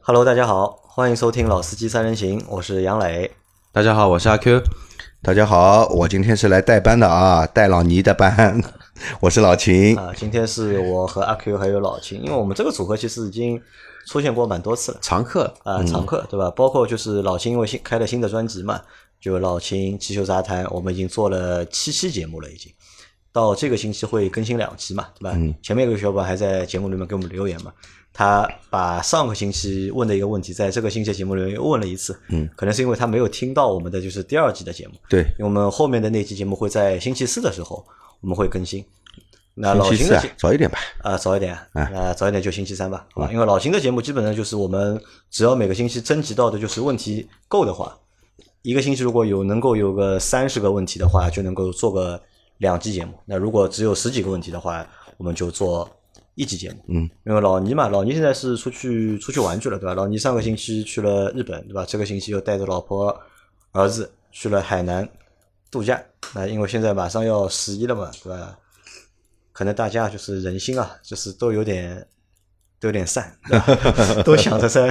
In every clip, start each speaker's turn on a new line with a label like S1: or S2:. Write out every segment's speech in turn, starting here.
S1: Hello，大家好，欢迎收听《老司机三人行》，我是杨磊。
S2: 大家好，我是阿 Q。
S3: 大家好，我今天是来代班的啊，代老倪的班，我是老秦。
S1: 啊，今天是我和阿 Q 还有老秦，因为我们这个组合其实已经出现过蛮多次了
S2: 常客，
S1: 啊，常客对吧？包括就是老秦因为新开了新的专辑嘛，就老秦气球杂谈，我们已经做了七期节目了，已经。到这个星期会更新两期嘛，对吧？前面有个小伙伴还在节目里面给我们留言嘛，他把上个星期问的一个问题，在这个星期节目里面又问了一次，嗯，可能是因为他没有听到我们的就是第二季的节目，
S3: 对，
S1: 因为我们后面的那期节目会在星期四的时候我们会更新。
S2: 呃
S1: 那老
S3: 星期
S1: 秦
S3: 四
S1: 的
S3: 啊哎
S1: 节，
S3: 早一点吧。
S1: 啊，早一点，那早一点就星期三吧，
S3: 嗯
S1: 好吧？因为老秦的节目基本上就是我们只要每个星期征集到的就是问题够的话，一个星期如果有能够有个三十个问题的话，就能够做个两期节目。那如果只有十几个问题的话，我们就做一期节目。
S3: 嗯，
S1: 因为老倪嘛，老倪现在是出去出去玩去了，对吧？老倪上个星期去了日本，对吧？这个星期又带着老婆儿子去了海南度假。那因为现在马上要十一了嘛，对吧？可能大家就是人心啊，就是都有点都有点散，对吧都想着在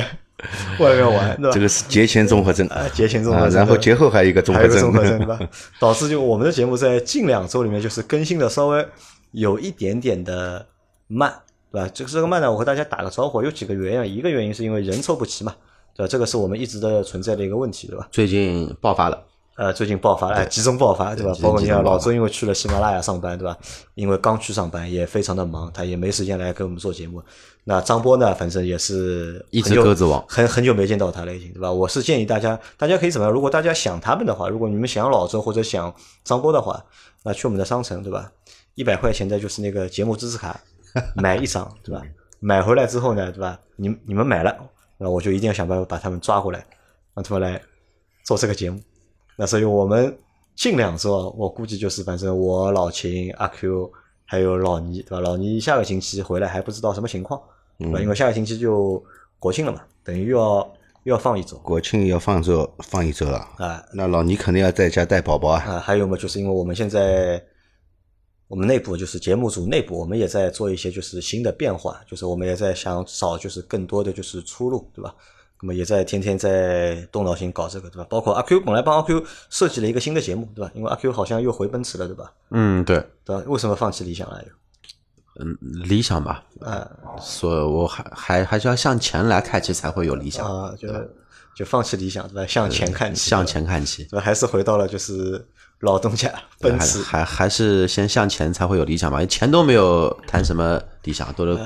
S1: 外面玩，
S2: 呃
S1: 对吧？
S3: 这个是节前综合症
S1: 啊，节前综合
S3: 啊
S1: 症，
S3: 然后
S1: 对
S3: 节后还有一个综
S1: 还
S3: 合
S1: 有个
S3: 症
S1: 综， 合症，对吧？导致就我们的节目在近两周里面就是更新的稍微有一点点的慢，对吧？这个这个慢呢，我和大家打个招呼，有几个原因啊，一个原因是因为人凑不齐嘛，对吧？这个是我们一直的存在的一个问题，对吧？
S2: 最近爆发了，
S1: 呃，最近爆发了，哎，集中爆发，对吧
S2: 集？中
S1: 包括你
S2: 集
S1: 看
S2: 中爆
S1: 老
S2: 发
S1: 周，因为去了喜马拉雅上班，对吧？因为刚去上班，也非常的忙，他也没时间来给我们做节目。那张波呢，反正也是
S2: 一
S1: 很
S2: 只
S1: 久
S2: 鸽子王
S1: 很很久没见到他了，已经，对吧？我是建议大家，大家可以怎么样？如果大家想他们的话，如果你们想老周或者想张波的话，那去我们的商城，对吧？一百块钱的就是那个节目支持卡， 买一张，对吧？买回来之后呢，对吧？你们你们买了，那我就一定要想办法把他们抓回来，让他们来做这个节目。那所以我们近两周啊，我估计就是反正我老秦、阿 Q 还有老倪，对吧？老倪下个星期回来还不知道什么情况，
S3: 嗯
S1: 对
S2: 嗯
S1: 吧？因为下个星期就国庆了嘛，等于又要又要放一周
S3: 国庆要放周放一周了，
S1: 啊
S3: 那老倪肯定要在家带宝宝啊。
S1: 啊！还有嘛，就是因为我们现在我们内部就是节目组内部，我们也在做一些就是新的变化，就是我们也在想找就是更多的就是出路，对吧？那么也在天天在动脑筋搞这个，对吧？包括阿 Q 本来帮阿 Q 设计了一个新的节目，对吧？因为阿 Q 好像又回奔驰了，对吧？
S2: 嗯，对，
S1: 对吧？为什么放弃理想来着？
S2: 嗯，理想吧，
S1: 啊
S2: 所以我还还还是要向前来看齐，才会有理想，
S1: 啊，就就放弃理想，对吧？向前看齐，
S2: 向前看齐。
S1: 对吧，对吧？还是回到了就是老东家
S2: 对
S1: 奔
S2: 还
S1: 驰。
S2: 还还是先向前才会有理想吧，钱都没有谈什么理想，都是
S1: 哎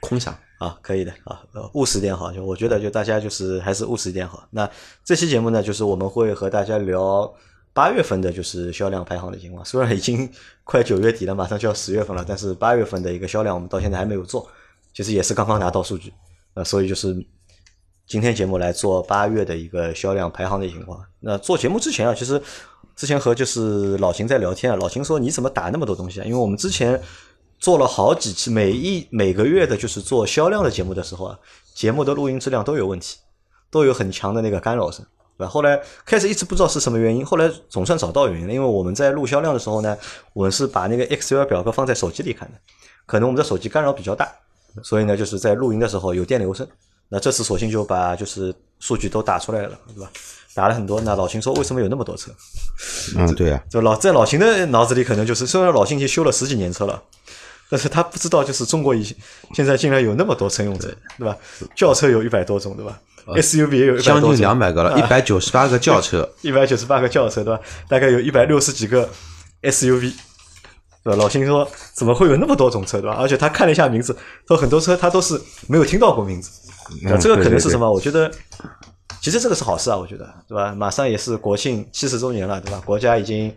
S2: 空空想。
S1: 啊，可以的啊，呃务实一点好，就我觉得就大家就是还是务实一点好。那这期节目呢，就是我们会和大家聊八月份的就是销量排行的情况。虽然已经快九月底了，马上就要十月份了，但是八月份的一个销量我们到现在还没有做，其实也是刚刚拿到数据，呃，所以就是今天节目来做八月的一个销量排行的情况。那做节目之前啊，其实之前和就是老秦在聊天啊，老秦说你怎么打那么多东西啊？因为我们之前做了好几期，每一每个月的就是做销量的节目的时候啊，节目的录音质量都有问题，都有很强的那个干扰声。对吧？后来开始一直不知道是什么原因，后来总算找到原因了。因为我们在录销量的时候呢，我们是把那个 Excel 表格放在手机里看的，可能我们的手机干扰比较大，所以呢，就是在录音的时候有电流声。那这次索性就把就是数据都打出来了，对吧？打了很多。那老秦说为什么有那么多车？
S3: 嗯，对啊，
S1: 就老在老秦的脑子里可能就是，虽然老秦已经修了十几年车了，但是他不知道就是中国以现在竟然有那么多乘用车，对吧？轿车有一百多种，对吧？SUV 也有一百
S2: 将
S1: 多啊
S2: 近
S1: 种
S2: 两，百个了，一百九十八个轿车，
S1: 一百九十八个轿车，对吧？大概有一百六十几个 SUV，对吧？老秦说怎么会有那么多种车，对吧？而且他看了一下名字，说很多车他都是没有听到过名字，对吧
S3: 嗯
S1: 这个可能
S3: 对
S1: 是
S3: 对
S1: 什么？我觉得其实这个是好事啊，我觉得，对吧？马上也是国庆七十周年了，对吧？国家已经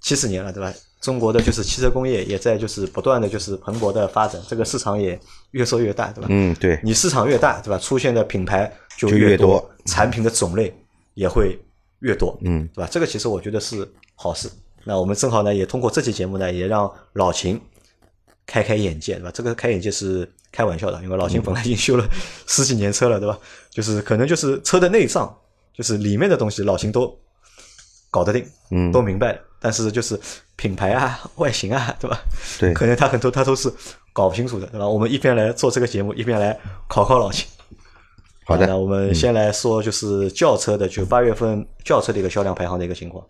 S1: 七十年了，对吧？中国的就是汽车工业也在就是不断的就是蓬勃的发展，这个市场也越做越大，对吧？
S3: 嗯，对，
S1: 你市场越大，对吧？出现的品牌就
S3: 就越
S1: 多
S3: 多，嗯
S1: 产品的种类也会越多，嗯，对吧？这个其实我觉得是好事。那我们正好呢，也通过这期节目呢，也让老秦开开眼界，对吧？这个开眼界是开玩笑的，因为
S3: 嗯
S1: 老秦本来已经修了十几年车了，对吧？就是可能就是车的内脏，就是里面的东西，老秦都搞得定，
S3: 嗯
S1: 都明白了。但是就是品牌啊、 外形啊，对吧？
S3: 对
S1: 可能他很多他都是搞不清楚的，对吧？我们一边来做这个节目，一边来考考老秦。
S3: 好的嗯
S1: 那我们先来说就是轿车的，就八月份轿车的一个销量排行的一个情况。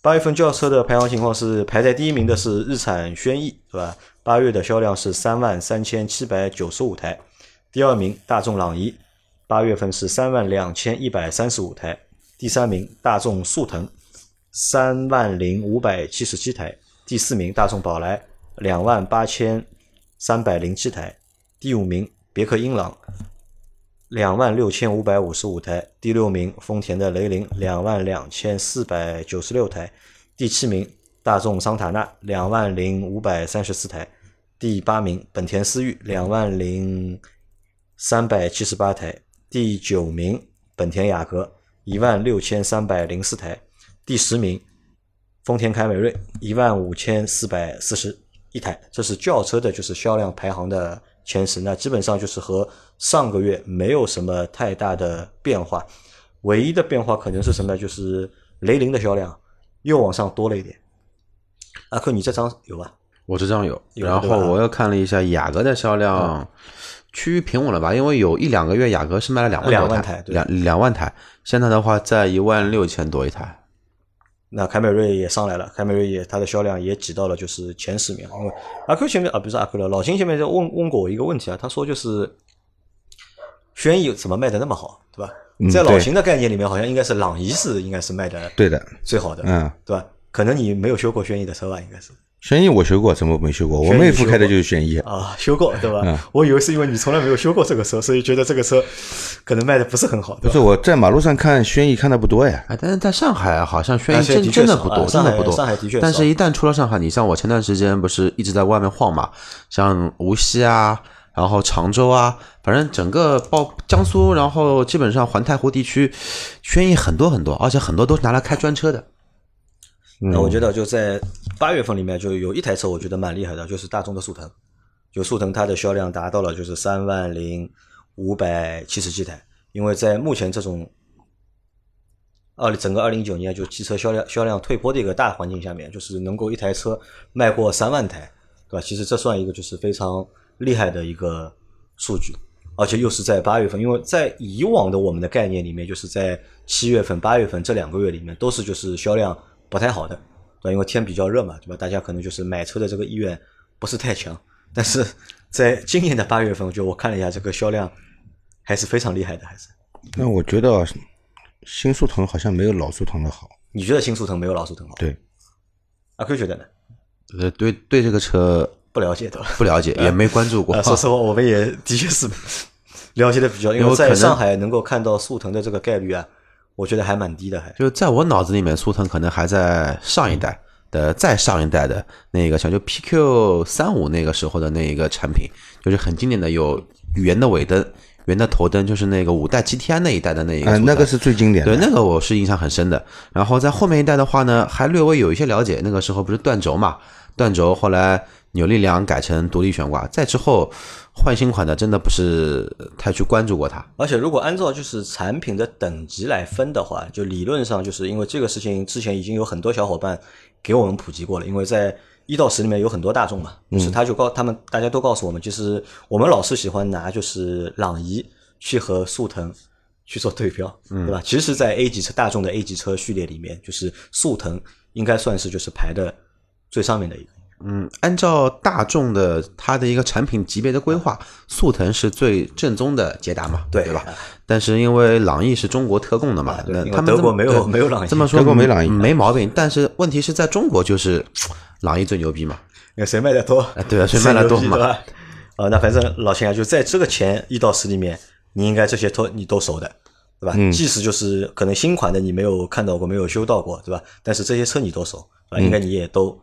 S1: 八月份轿车的排行情况是排在第一名的是日产轩逸，对吧？八月的销量是三万三千七百九十五台，第二名大众朗逸，八月份是三万两千一百三十五台，第三名大众速腾，三万零五百七十七台，第四名大众宝来两万八千三百零七台，第五名别克英朗两万六千五百五十五台，第六名丰田的雷凌两万两千四百九十六台，第七名大众桑塔纳两万零五百三十四台，第八名本田思域两万零三百七十八台，第九名本田雅阁一万六千三百零四台，第十名丰田凯美瑞一万五千四百四十一台，这是轿车的，就是销量排行的前十。那基本上就是和上个月没有什么太大的变化，唯一的变化可能是什么呢？就是雷凌的销量又往上多了一点。阿克，你这张有吧？
S2: 我这张有，
S1: 有
S2: 然
S1: 对吧嗯
S2: 后我又看了一下雅阁的销量，趋于平稳了吧？因为有一两个月雅阁是卖了两万
S1: 两
S2: 多
S1: 万
S2: 台
S1: 台，对
S2: 两两万台，现在的话在一万六千多一台。
S1: 那凯美瑞也上来了，凯美瑞也它的销量也挤到了就是前十名。因为阿 Q 前面啊，不是阿 Q 了，老秦前面在问问过我一个问题啊，他说就是轩逸怎么卖的那么好，对吧？
S3: 嗯
S1: 在老
S3: 对
S1: 秦的概念里面，好像应该是朗逸是应该是卖的
S3: 对的，
S1: 最好的，
S3: 嗯，
S1: 对吧？可能你没有修过轩逸的车吧，应该是
S3: 轩逸我修过，怎么没修过？我
S1: 轩逸
S3: 妹夫
S1: 修
S3: 开的
S1: 过
S3: 就是轩逸，
S1: 啊，修过对
S3: 嗯
S1: 吧？我以为是因为你从来没有修过这个车，所以觉得这个车可能卖的不是很好，
S3: 不
S1: 对
S3: 是
S1: 吧？
S3: 我在马路上看轩逸看的不多呀。
S2: 哎，但是在上海好像轩
S1: 啊
S2: 逸
S1: 现在
S2: 真
S1: 的确
S2: 真的
S1: 少
S2: 不
S1: 啊
S2: 多，真
S1: 上
S2: 的
S1: 海
S2: 不多。
S1: 上海的确啊
S2: 但
S1: 少
S2: 是，一旦出了上海，你像我前段时间不是一直在外面晃嘛，像无锡啊，然后常州啊，反正整个包江苏，然后基本上环太湖地区，轩逸很多很多，而且很多都是拿来开专车的。
S1: 嗯那我觉
S3: 嗯
S1: 得就在八月份里面，就有一台车我觉得蛮厉害的，就是大众的速腾。就速腾它的销量达到了就是三万零五百七十七台，因为在目前这种二整个二零一九年就汽车销量销量退坡的一个大环境下面，就是能够一台车卖过三万台，对吧？其实这算一个就是非常厉害的一个数据，而且又是在八月份，因为在以往的我们的概念里面，就是在七月份、八月份这两个月里面都是就是销量不太好的，对吧？因为天比较热嘛，对吧？大家可能就是买车的这个意愿不是太强，但是在今年的八月份，我觉得我看了一下这个销量还是非常厉害的，还是。
S3: 那我觉得啊新速腾好像没有老速腾的好。
S1: 你觉得新速腾没有老速腾好？
S3: 对，
S1: 阿 Q 觉得呢？
S2: 呃，对对，这个车
S1: 不了解对吧？
S2: 不了解，也没关注过
S1: 啊，。说实话，我们也的确是了解的比较，因
S2: 因
S1: 为
S2: 为可
S1: 在
S2: 能
S1: 上海能够看到速腾的这个概率啊，我觉得还蛮低的，还。
S2: 就在我脑子里面，速腾可能还在上一代的再上一代的那个，像就 PQ 三五那个时候的那一个产品，就是很经典的有圆的尾灯、圆的头灯，就是那个五代 GTI 那一代的那一个
S3: 啊，
S2: 速腾、
S3: 那个是最经典的。
S2: 对，那个我是印象很深的。然后在后面一代的话呢，还略微有一些了解。那个时候不是断轴嘛，断轴后来扭力梁改成独立悬挂，再之后换新款的真的不是太去关注过它。
S1: 而且如果按照就是产品的等级来分的话，就理论上就是因为这个事情之前已经有很多小伙伴给我们普及过了，因为在一到十里面有很多大众嘛，就是他就告他们大家都告诉我们，就是我们老是喜欢拿就是朗逸去和速腾。去做对标，对吧？其实，在 A 级车大众的 A 级车序列里面，就是速腾应该算是就是排的最上面的一个。
S2: 嗯，按照大众的它的一个产品级别的规划，速腾是最正宗的捷达嘛，
S1: 对啊
S2: 对吧？但是因为朗逸是中国特供的嘛，
S1: 对
S2: 那
S1: 因为
S2: 他们
S1: 德
S2: 这
S1: 国
S2: 么
S1: 没有
S2: 对
S1: 没有朗逸
S2: 这么说
S3: 德国没朗逸
S2: 没毛病。但是问题是在中国就是朗逸最牛逼嘛，
S1: 那谁卖的多？
S2: 对啊谁卖 得多嘛
S1: 牛逼对吧？呃，那反正老秦啊，就在这个前一到十里面，你应该这些都你都熟的，对吧？
S2: 嗯
S1: 即使就是可能新款的你没有看到过，没有修到过，对吧？但是这些车你都熟，对
S2: 嗯
S1: 吧？应该你也都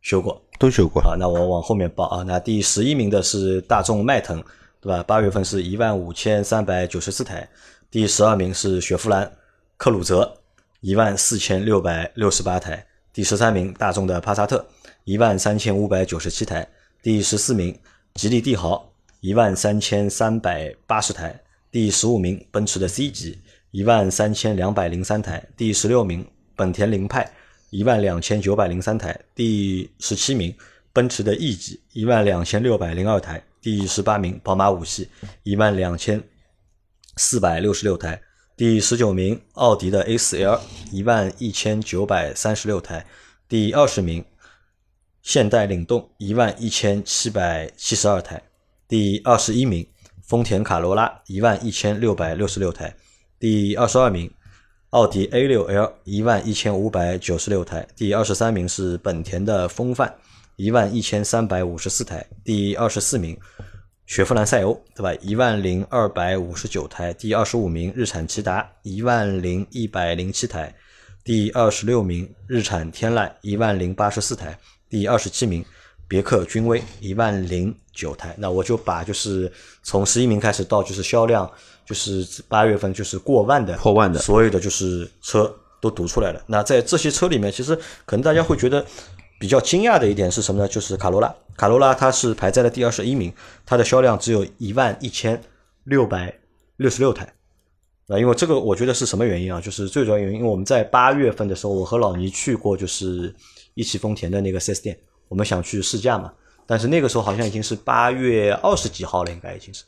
S1: 修过。
S3: 都修过。
S1: 好，那我往后面报啊。那第十一名的是大众迈腾，对吧？八月份是一万五千三百九十四台。第十二名是雪佛兰克鲁泽，一万四千六百六十八台。第十三名大众的帕萨特，一万三千五百九十七台。第十四名吉利帝豪，一万三千三百八十台。第十五名奔驰的 C 级，一万三千两百零三台。第十六名本田凌派，一万两千九百零三台，第十七名；奔驰的 E 级一万两千六百零二台，第十八名；宝马五系一万两千四百六十六台，第十九名奥迪的 A4L 一万一千九百三十六台，第二十名现代领动一万一千七百七十二台，第二十一名丰田卡罗拉一万一千六百六十六台，第二十二名奥迪 A6L 一万一千五百九十六台，第二十三名是本田的锋范一万一千三百五十四台，第二十四名雪佛兰赛欧，对吧？一万零二百五十九台，第二十五名日产骐达一万零一百零七台，第二十六名日产天籁一万零八十四台，第二十七名别克君威一万零九台。那我就把就是从十一名开始到就是销量就是八月份就是过万的
S2: 破万的
S1: 所有的就是车都读出来了。那在这些车里面，其实可能大家会觉得比较惊讶的一点是什么呢？就是卡罗拉，卡罗拉它是排在了第二十一名，它的销量只有一万一千六百六十六台。啊，因为这个我觉得是什么原因啊？就是最主要原因，因为我们在八月份的时候，我和老倪去过就是一汽丰田的那个 4S 店，我们想去试驾嘛，但是那个时候好像已经是八月二十几号了，应该已经是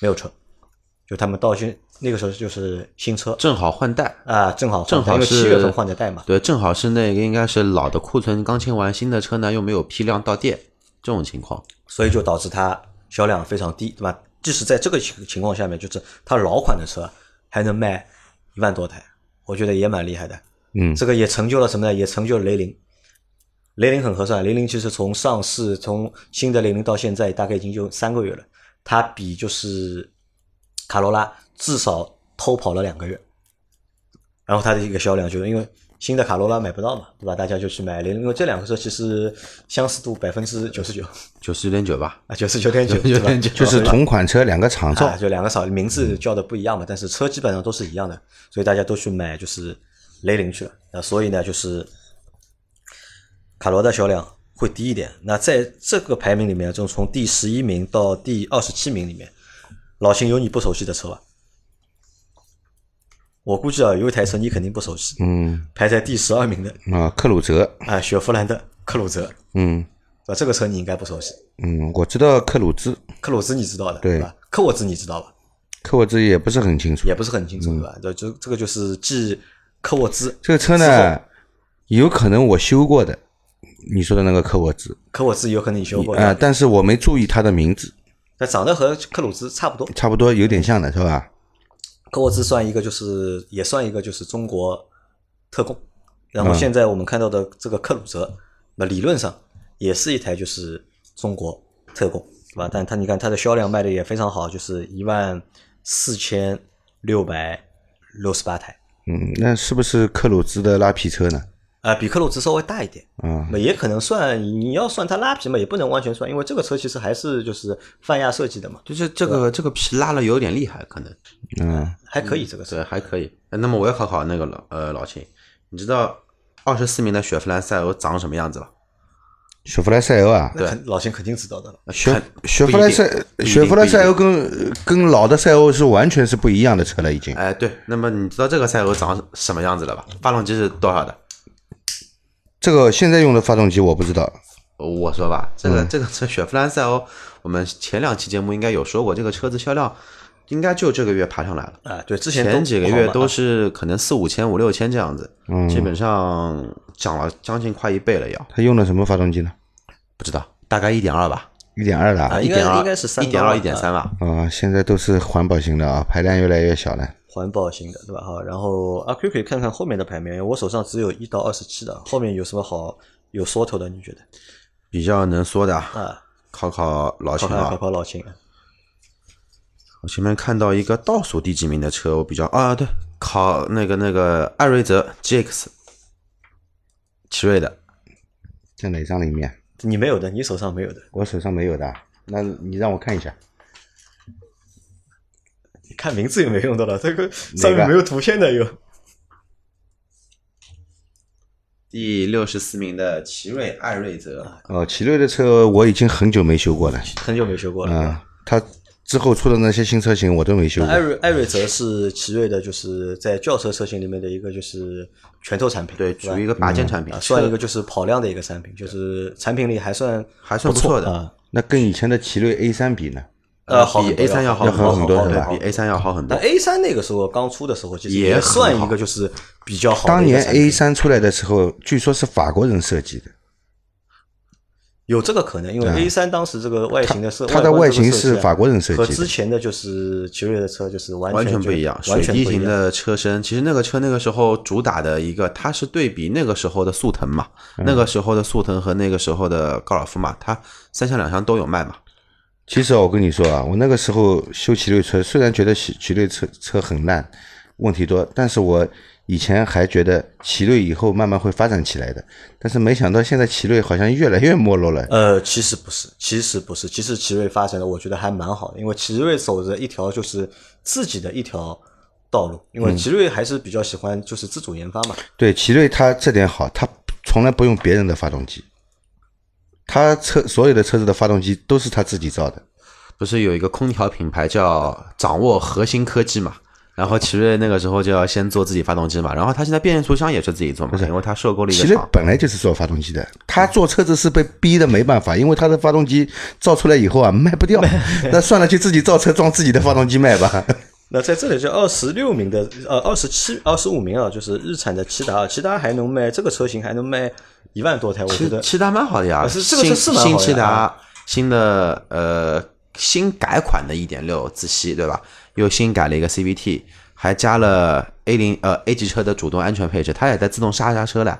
S1: 没有车，就他们到现那个时候就是新车
S2: 正好换代。
S1: 啊，正好换代
S2: 正好
S1: 因为
S2: 是
S1: 七月份换的代嘛，
S2: 对，正好是那个应该是老的库存刚清完，新的车呢又没有批量到店，这种情况。
S1: 所以就导致它销量非常低，对吧？即使在这个情情况下面，就是它老款的车还能卖一万多台，我觉得也蛮厉害的。
S3: 嗯
S1: 这个也成就了什么呢？也成就了雷凌。雷凌很合算，雷凌其实从上市，从新的雷凌到现在，大概已经就三个月了。它比就是卡罗拉至少偷跑了两个月，然后它的一个销量就是因为新的卡罗拉买不到嘛，对吧？大家就去买雷凌，因为这两个车其实相似度百分之九十九
S2: 九十九点九吧，
S1: 啊，九十九点 九，对吧？
S2: 99.9
S3: 就是同款车两个厂造
S1: 啊，，就两个少，名字叫的不一样嘛，但是车基本上都是一样的，所以大家都去买就是雷凌去了。那所以呢，就是卡罗的销量会低一点。那在这个排名里面，就从第十一名到第二十七名里面，老秦有你不熟悉的车吧？我估计啊，有一台车你肯定不熟悉，
S3: 嗯
S1: 排在第十二名的
S3: 啊，克鲁泽，
S1: 啊，雪佛兰的克鲁泽，
S3: 嗯
S1: 啊，这个车你应该不熟悉。
S3: 嗯，我知道克鲁兹，
S1: 克鲁兹你知道的，
S3: 对
S1: 吧？科沃兹你知道吧？
S3: 克沃兹也不是很清楚
S1: 也。不是很清楚，对吧？这这这个就是继科沃兹，
S3: 这个车
S1: 之
S3: 呢，有可能我修过的，你说的那个科沃兹
S1: 科沃兹有可能你修过，
S3: 啊，但是我没注意它的名字，
S1: 但长得和克鲁兹差不多。
S3: 差不多有点像的是吧？
S1: 科沃兹算一个，就是也算一个，就是中国特供。然后现在我们看到的这个克鲁泽，那理论上也是一台就是中国特供，对吧？但它你看它的销量卖的也非常好，就是一万四千六百六十八台，
S3: 嗯，那是不是克鲁兹的拉皮车呢？
S1: 啊、比克鲁兹稍微大一点，
S2: 嗯
S3: 啊，
S1: 那也可能算，你要算它拉皮嘛，也不能完全算，因为这个车其实还是就是泛亚设计的嘛，
S2: 就是这个这个皮拉了有点厉害，可能
S3: 嗯，
S1: 还可以这个车。
S2: 对还可以。那么我要考考那个老呃老秦，你知道二十四名的雪佛兰赛欧长什么样子了？
S3: 雪佛兰赛欧啊，
S1: 那肯老秦肯定知道的了。
S3: 雪
S2: 看
S3: 雪佛兰赛
S2: 不一定
S3: 雪佛兰赛欧
S2: 不
S3: 跟跟老的赛欧是完全是不一样的车了，已经。
S2: 哎对，那么你知道这个赛欧长什么样子了吧？发动机是多少的？
S3: 这个现在用的发动机我不知道，
S2: 呃我说吧，这
S3: 嗯
S2: 个、这个车雪佛兰赛欧，我们前两期节目应该有说过，这个车子销量应该就这个月爬上来了。
S1: 啊，对，之前都
S2: 前几个月
S1: 不好
S2: 都
S1: 嘛
S2: 是可能四五千、五六千这样子，
S3: 嗯
S2: 基本上涨了将近快一倍了要，
S3: 它用的什么发动机呢？
S2: 不知道大概一点二吧，
S3: 一点二的
S1: 啊
S3: 啊
S2: 一
S1: 应该
S2: 点二
S1: 应该是三
S2: 一点
S1: 刀
S2: 二、
S1: 吧
S2: 一点三吧。
S3: 啊，现在都是环保型的啊，排量越来越小了。
S1: 环保型的，对吧？哈，然后阿 Q 可以看看后面的排名，我手上只有一到二十七的，后面有什么好有说头的？你觉得？
S2: 比较能说的啊，
S1: 啊，
S2: 考考老秦
S1: 考考
S2: 啊
S1: 考，考老秦，
S2: 我前面看到一个倒数第几名的车，我比较啊，对，考那个那个艾瑞泽 GX，奇瑞的，
S3: 在哪张里面？
S1: 你没有的，你手上没有的，
S3: 我手上没有的，啊那你让我看一下。
S1: 你看名字也没用到了，这个上面没有图片的有
S2: 第六十四名的奇瑞艾瑞泽，
S3: 哦，奇瑞的车我已经很久没修过了，
S1: 很久没修
S2: 嗯
S1: 过了。对吧
S3: 啊，它之后出的那些新车型我都没修
S1: 那艾
S3: 过。
S1: 瑞艾瑞泽是奇瑞的，就是在轿车车型里面的一个就是拳头产品，
S2: 对，
S1: 吧
S2: 属于一个拔尖产品
S1: 啊，，算一
S2: 车
S1: 个就是跑量的一个产品，就是产品力还算
S2: 还算不错的。
S1: 啊。
S3: 那跟以前的奇瑞 A 三比呢？
S1: 呃好
S2: 比
S1: 很多
S2: A 三要
S1: 要
S2: 好
S1: 好
S2: 多，
S1: 很多
S2: 对
S1: 要好
S2: 比 A 三要好很
S1: 那
S2: 多。
S1: A 三那个时候刚出的时候，其实
S2: 也很好
S1: 算一个就是比较好的
S3: 当
S1: 一个
S3: 年
S1: 产品
S3: A 三出来的时候，据说是法国人设计的，
S1: 有这个可能，因为 A 三当时这个外形的设，
S3: 它的
S1: 呃外
S3: 外
S1: 观这个
S3: 形
S1: 设计
S3: 是
S1: 啊
S3: 法国人设
S1: 和
S3: 计
S1: 之
S3: 的。
S1: 前的就是奇瑞的车就是完
S2: 完
S1: 全
S2: 全
S1: 就
S2: 不一样，水
S1: 完全
S2: 滴
S1: 不一
S2: 型
S1: 样。
S2: 的车身，其实那个车那个时候主打的一个，它是对比那个时候的速腾嘛，
S1: 嗯
S2: 那个时候的速腾和那个时候的高尔夫嘛，它三厢两厢都有卖嘛。
S3: 其实啊我跟你说啊，我那个时候修奇瑞车，虽然觉得奇奇瑞车车很烂，问题多，但是我以前还觉得奇瑞以后慢慢会发展起来的，但是没想到现在奇瑞好像越来越没落了。
S1: 呃，其实不是，其实不是，其实奇瑞发展的我觉得还蛮好的，因为奇瑞走着一条就是自己的一条道路，因
S2: 嗯
S1: 为奇瑞还是比较喜欢就是自主研发嘛。
S3: 对，奇瑞它这点好，它从来不用别人的发动机，它车所有的车子的发动机都是它自己造的。
S2: 不是有一个空调品牌叫掌握核心科技嘛？然后奇瑞那个时候就要先做自己发动机嘛，然后它现在变速箱也是自己做嘛，因为它收购了一
S3: 奇
S2: 个
S3: 瑞
S2: 厂。
S3: 本来就是做发动机的，他做车子是被逼的没办法，因为他的发动机造出来以后啊卖不掉，那算了，就自己造车装自己的发动机卖吧。
S1: 那在这里就二十六名的呃二十七二十五名啊，就是日产的骐达，骐达还能卖这个车型还能卖一万多台，我觉
S2: 其
S1: 得
S2: 其他蛮好的呀，
S1: 啊是这个
S2: 新
S1: 是是蛮好的
S2: 新
S1: 呀
S2: 骐达新的呃新改款的1.6自吸对吧？又新改了一个 CVT，还加了 A 零呃 A 级车的主动安全配置，它也在自动刹刹车了。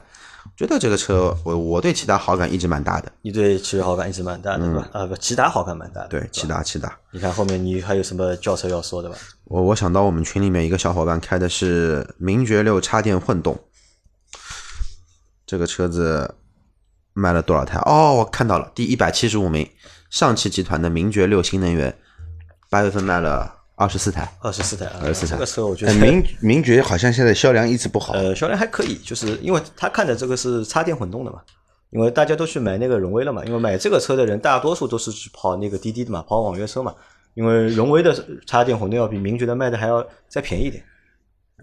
S2: 觉得这个车我我对骐达好感一直蛮大的，
S1: 你对奇瑞好感一直蛮大的，对吧？啊不，骐达好感蛮大的。
S2: 嗯对
S1: 吧
S2: 骐达骐达。
S1: 你看后面你还有什么轿车要说的吧？
S2: 我我想到我们群里面一个小伙伴开的是名爵六插电混动，这个车子卖了多少台？哦，我看到了，第一百七十五名，上汽集团的名爵六新能源，八月份卖了二十四台。
S1: 二十四台啊，
S2: 24台
S1: 这个车我觉得
S3: 哎名名爵好像现在销量一直不好，
S1: 呃销量还可以，就是因为他看的这个是插电混动的嘛，因为大家都去买那个荣威了嘛，因为买这个车的人大多数都是去跑那个滴滴的嘛，跑网约车嘛，因为荣威的插电混动要比名爵的卖的还要再便宜一点，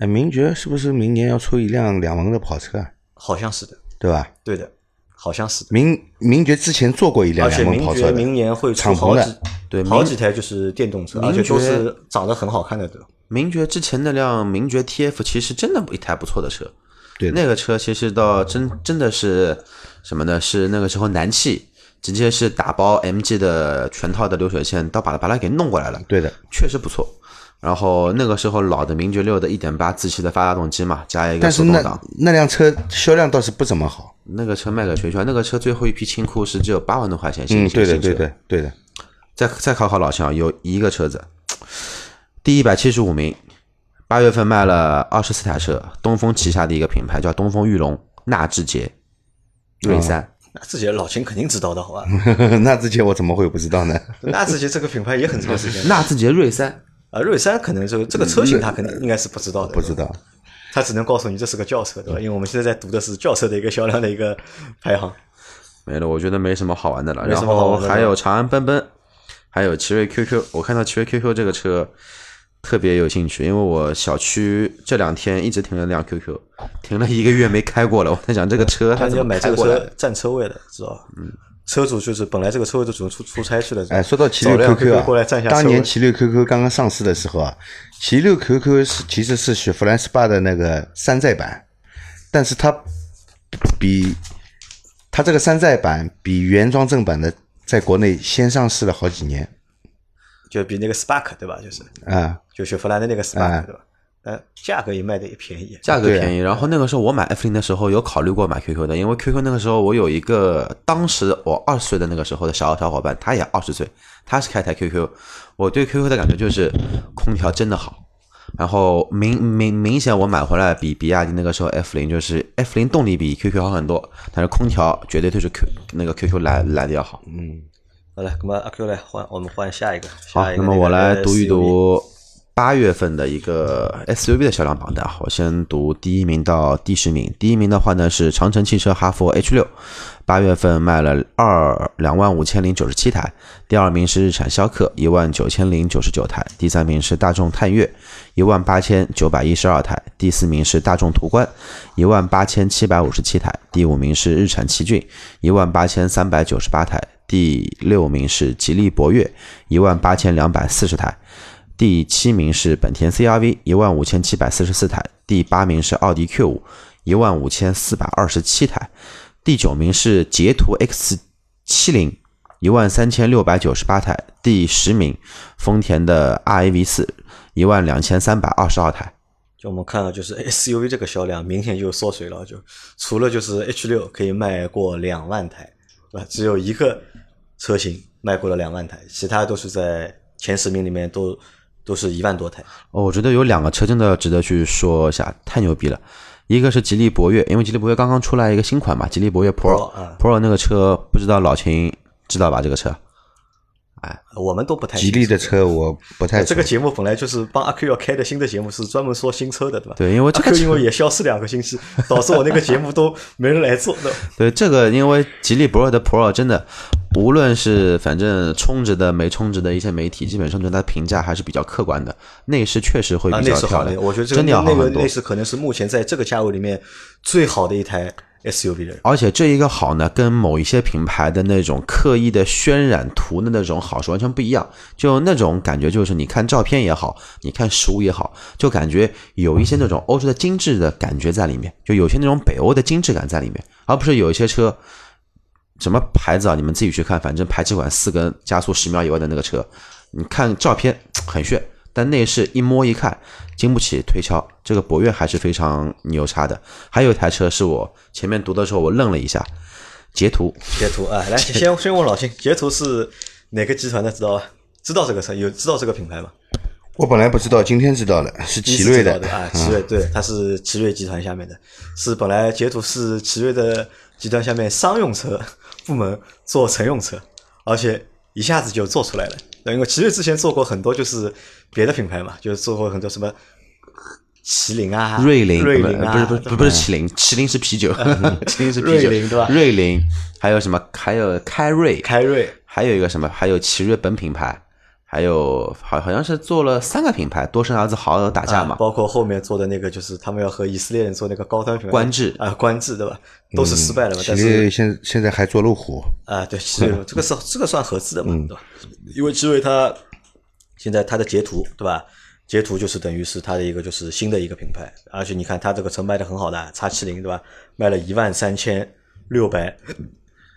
S3: 哎，名爵是不是明年要出一辆两门的跑车啊？
S1: 好像是的，
S3: 对吧？
S1: 对的，好像是的。
S3: 名名爵之前做过一辆
S1: 而且
S3: 两门
S1: 名
S3: 跑
S1: 爵
S3: 车的，
S1: 明年会出
S3: 敞
S1: 好
S3: 篷
S1: 几
S3: 的，
S2: 对
S1: 好
S2: 名
S1: 几台就是电动车，而
S2: 名
S1: 且都
S2: 爵
S1: 是长得很好看的，对吧？
S2: 名爵之前那辆名爵 TF 其实真的一台不错的车，
S3: 对的
S2: 那个车其实到真真的是什么呢？是那个时候南汽直接是打包 MG 的全套的流水线，到把它把它给弄过来了。
S3: 对的，
S2: 确实不错。然后那个时候老的名爵六的1.8自吸的发动机嘛，加一个
S3: 但
S2: 手
S3: 是
S2: 动
S3: 那
S2: 挡，
S3: 那辆车销量倒是不怎么好。
S2: 那个车卖给谁去啊？那个车最后一批清库是只有八万多块钱。
S3: 嗯，
S2: 新
S3: 对的，
S2: 新车
S3: 对的，对的。
S2: 再再考考老乡，有一个车子，第一百七十五名，八月份卖了二十四台车，东风旗下的一个品牌叫东风裕隆纳智捷锐
S3: 哦
S2: 三，
S1: 那自己的老秦肯定知道的， 好吧？
S3: 那之前我怎么会不知道呢？
S1: 纳智捷这个品牌也很长时间 了，
S2: 纳智捷锐三。
S1: 啊，瑞三可能就这个车型，他肯定应该是不知道的，
S3: 不知
S1: 对吧，
S3: 道。
S1: 他只能告诉你这是个轿车，
S2: 嗯
S1: 对吧？因为我们现在在读的是轿车的一个销 量的一个排行。
S2: 没了，我觉得没什么好玩的了。
S1: 没
S2: 然
S1: 什么好玩
S2: 后
S1: 的了
S2: 还有长安奔奔，还有奇瑞 QQ。我看到奇瑞 QQ 这个车特别有兴趣，因为我小区这两天一直停了辆 QQ，停了一个月没开过了。我在想这个车它
S1: 他
S2: 怎
S1: 要
S2: 么
S1: 买
S2: 开
S1: 这个
S2: 过来
S1: 车
S2: 的？
S1: 占车位的，知道吧？嗯，车主就是本来这个车位就只能出出差去了。
S3: 哎，说到奇
S1: 找
S3: 瑞
S1: 辆
S3: QQ 啊，
S1: 过来占一下车位
S3: 当年奇瑞 QQ 刚刚上市的时候啊，奇瑞 QQ 是其实是雪佛兰 SPA 的那个山寨版，但是它比它这个山寨版比原装正版的在国内先上市了好几年
S1: 就比那个 Spark 对吧？就是
S3: 啊。
S1: 就雪佛兰的那个 Spark
S3: 哎
S1: 对吧？但价格也卖的也便宜，
S2: 价格
S3: 对啊
S2: 便宜，然后那个时候我买 F 零的时候有考虑过买 QQ 的，因为 QQ 那个时候我有一个当时我二十岁的那个时候的小小伙伴，他也二十岁，他是开台 QQ，我对 QQ 的感觉就是空调真的好，然后明明明显我买回来比比亚迪那个时候 F 零就是 F 零动力比 QQ 好很多，但是空调绝对就是 Q 那个 QQ 来来的要好。
S1: 好了，那么阿 Q 来换，我们换下一个。
S2: 好
S1: 下，一个
S2: 那么
S1: 个
S2: 我来读一
S1: SUV。
S2: 读八月份的一个 SUV 的销量榜单啊。我先读第一名到第十名。第一名的话呢是长城汽车哈弗 H 六，八月份卖了二两万五千零九十七台。第二名是日产逍客一万九千零九十九台。第三名是大众探岳一万八千九百一十二台。第四名是大众途观一万八千七百五十七台。第五名是日产奇骏一万八千三百九十八台。第六名是吉利博越，一万八千两百四十台；第七名是本田 CRV，一万五千七百四十四台；第八名是奥迪 Q 五，一万五千四百二十七台；第九名是捷途 X 七零，一万三千六百九十八台；第十名，丰田的 RAV 四，一万两千三百二十二台。
S1: 就我们看到，就是 SUV 这个销量明显就缩水了，就除了就是 H 六可以卖过两万台，对吧？只有一个车型卖过了两万台，其他都是在前十名里面都都是一万多台。
S2: 哦，我觉得有两个车真的值得去说一下，太牛逼了。一个是吉利博越，因为吉利博越刚刚出来一个新款嘛，吉利博越 Pro
S1: Pro，啊
S2: Pro 那个车，不知道老秦知道吧？这个车，
S1: 我们都不太
S3: 吉利的
S1: 清楚
S3: 车我不太
S1: 这个
S3: 熟
S1: 节目本来就是帮阿 Q 要开的新的节目，是专门说新车的，对吧？
S2: 对，因为这
S1: 阿
S2: 个
S1: Q 因
S2: 车
S1: 为也消失两个星期，导致我那个节目都啊没人来做的。
S2: 对 这个，因为吉利博越的 Pro 真的，无论是反正充值的、没充值的一些媒体，基本上对它评价还是比较客观的。内饰确实会
S1: 啊，
S2: 比
S1: 内
S2: 较
S1: 饰
S2: 漂
S1: 好
S2: 亮，
S1: 的，我觉得这个
S2: 真的要好
S1: 那个
S2: 很多
S1: 内。饰可能是目前在这个价位里面最好的一台 SUV 了。
S2: 而且这一个好呢，跟某一些品牌的那种刻意的渲染图的那种好是完全不一样。就那种感觉，就是你看照片也好，你看实物也好，就感觉有一些那种欧洲的精致的感觉在里面，就有些那种北欧的精致感在里面，而不是有一些车。什么牌子啊？你们自己去看，反正排气管四根，加速十秒以外的那个车，你看照片很炫，但内饰一摸一看，经不起推敲。这个博越还是非常牛叉的。还有一台车是我前面读的时候我愣了一下，捷途
S1: 截图啊，来先先问老秦，截图是哪个集团的？知道吧？知道这个车有知道这个品牌吗？
S3: 我本来不知道，今天知道了，是
S1: 你
S3: 奇
S1: 是
S3: 瑞
S1: 知道
S3: 的嗯
S1: 的。
S2: 嗯
S1: 啊，奇瑞对，它是奇瑞集团下面的，是本来捷途是奇瑞的集团下面商用车部门做乘用车，而且一下子就做出来了。对因为奇瑞之前做过很多就是别的品牌嘛，就是做过很多什么麒麟啊、
S2: 瑞麟，
S1: 瑞麟啊，嗯
S2: 不是不是不是不是麒麟，麒麟是 啤酒，麒麟是啤
S1: 瑞
S2: 酒，
S1: 麟对吧
S2: 瑞麟还有什么？还有开瑞，
S1: 凯瑞。
S2: 还有一个什么？还有奇瑞本品牌，还有好好像是做了三个品牌，多生儿子好友打架嘛。
S1: 啊包括后面做的那个，就是他们要和以色列人做那个高端品牌
S2: 观致
S1: 啊，观致对吧？都是失败了嘛。
S3: 奇
S1: 但是
S3: 瑞现现在还做路虎，
S1: 啊，对，奇瑞这个是这个算合资的嘛，对吧？因为奇瑞它现在它的捷途，对吧？捷途就是等于是它的一个就是新的一个品牌，而且你看它这个车卖的很好的，叉七零对吧？卖了一万三千六百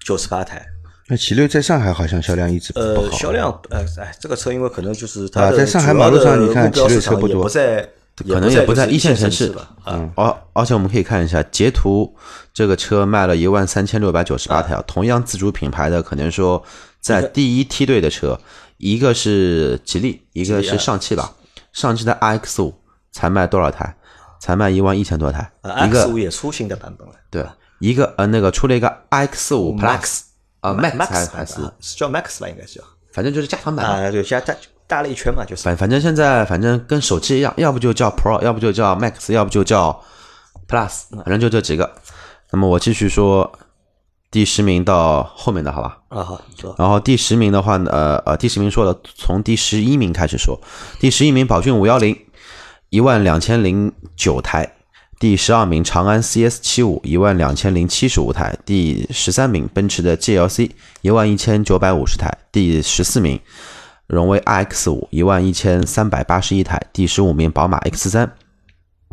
S1: 九十八台，
S3: 那奇瑞在上海好像销量一直不
S1: 呃，
S3: 好。
S1: 销量呃，哎，这个车因为可能就是它
S3: 啊
S1: 的
S3: 在上海
S1: 主要
S3: 马路上
S1: 的
S3: 你看
S1: 目标
S3: 奇
S1: 市
S3: 瑞
S1: 场
S3: 车不
S1: 也
S3: 多
S1: 在，
S2: 可能也
S1: 不
S2: 不在
S1: 就是一
S2: 一线城
S1: 市
S2: 市嗯
S1: 吧，啊，
S2: 而而且我们可以看一下，捷途这个车卖了一万三千六百九十八台啊，同样自主品牌的，可能说在第一梯队的车，一个是吉利，一个
S1: 啊
S2: 是上汽吧，上汽的 RX 五才卖多少台？才卖一万一千多台，
S1: 啊
S2: 一
S1: ，X 五
S2: 个
S1: 也出新的版本了，
S2: 对，一个呃那个出了一个 RX 五 Plus
S1: 哦 Max
S2: 啊
S1: Max
S2: 还
S1: 版
S2: 还是
S1: 啊是叫 Max 吧，应该是叫
S2: 反正就是加长版吧。
S1: 啊，对，加大大了一圈嘛，就是。
S2: 反反正现在反正跟手机一样，要不就叫 Pro，要不就叫 Max，要不就叫 Plus，反
S1: 嗯
S2: 正就这几个。那么我继续说第十名到后面的好吧？
S1: 啊，好，你说
S2: 然后第十名的话呢，呃呃，第十名说了，从第十一名开始说。第十一名宝骏五幺零，一万两千零九台；第十二名长安 CS 七五，一万两千零七十五台；第十三名奔驰的 GLC，一万一千九百五十台；第十四名荣威 RX 五，一万一千三百八十一台；第十五名宝马 X 三。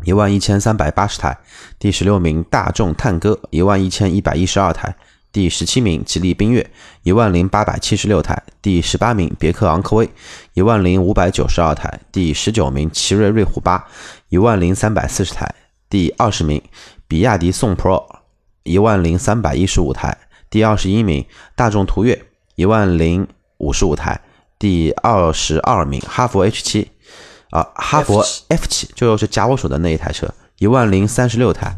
S2: 一万一千三百八十台，第十六名大众探歌一万一千一百一十二台，第十七名吉利缤越一万零八百七十六台，第十八名别克昂科威一万零五百九十二台，第十九名奇瑞瑞虎八一万零三百四十台，第二十名比亚迪宋 Pro 一万零三百一十五台，第二十一名大众途岳一万零五十五台，第二十二名哈弗 H 七啊，哈佛 F 七就是夹我手的那一台车，一万零三十六台。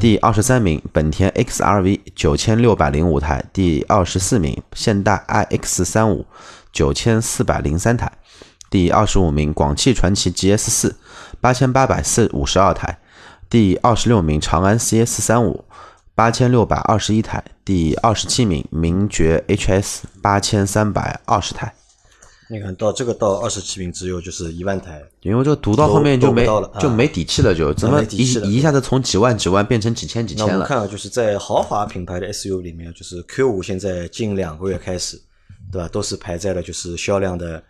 S2: 第二十三名，本田 XRV 九千六百零五台；第二十四名，现代 iX 三五九千四百零三台；第二十五名，广汽传祺 GS 四八千八百四五十二台；第二十六名，长安 CS 三五八千六百二十一台；第二十七名，名爵 HS 八千三百二十台。
S1: 你看到这个到二十七平只有就是一万台，
S2: 因为这个读到后面
S1: 都
S2: 就没
S1: 都不到了啊
S2: 就没底气了，就怎么
S1: 没底
S2: 一
S1: 气了
S2: 一下子从几万几万变成几千几
S1: 那我
S2: 千
S1: 们
S2: 了。
S1: 看啊，就是在豪华品牌的 SUV 里面，就是 Q 五现在近两个月开始，对吧，都是排在了就是销量的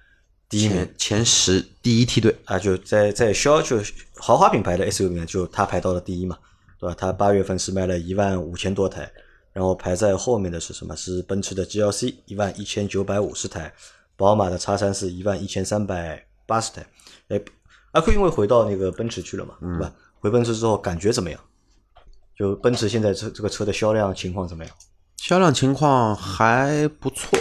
S1: 第一名
S2: 前前十第一梯队，
S1: 啊，就在在销就豪华品牌的 SUV 里面，就它排到了第一嘛，对吧？它八月份是卖了一万五千多台，然后排在后面的是什么？是奔驰的 GLC 一万一千九百五十台，宝马的 X 三是一万一千三百八十台。哎，阿坤因为回到那个奔驰去了嘛，对吧？回奔驰之后感觉怎么样？就奔驰现在这这个车的销量情况怎么样？
S2: 销量情况还不错。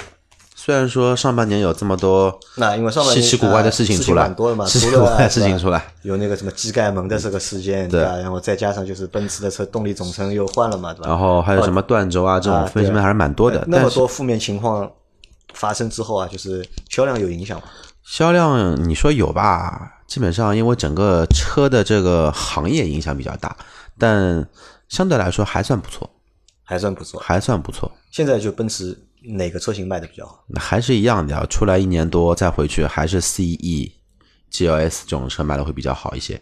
S2: 虽然说上半年有这么多
S1: 那因为上半年
S2: 稀奇古怪的
S1: 呃
S2: 事情
S1: 事
S2: 出来
S1: 蛮多的嘛，，
S2: 稀奇
S1: 除
S2: 古
S1: 了呃
S2: 怪的事
S1: 对
S2: 情
S1: 吧
S2: 出来，
S1: 有那个什么机盖门的这个事件，对吧？然后再加上就是奔驰的车动力总成又换了嘛，对吧？
S2: 然后还有什么断轴啊这种
S1: 呃啊
S2: 分析
S1: 对
S2: 还是蛮多的。
S1: 那
S2: 但
S1: 么
S2: 是
S1: 多负面情况发生之后啊，就是销量有影响嘛？
S2: 销量你说有吧，基本上因为整个车的这个行业影响比较大，但相对来说还算不错，
S1: 还算不错。
S2: 还算不错。
S1: 现在就奔驰哪个车型卖的比较好？
S2: 还是一样的啊，出来一年多再回去，还是 E CE、GLS 这种车卖的会比较好一些。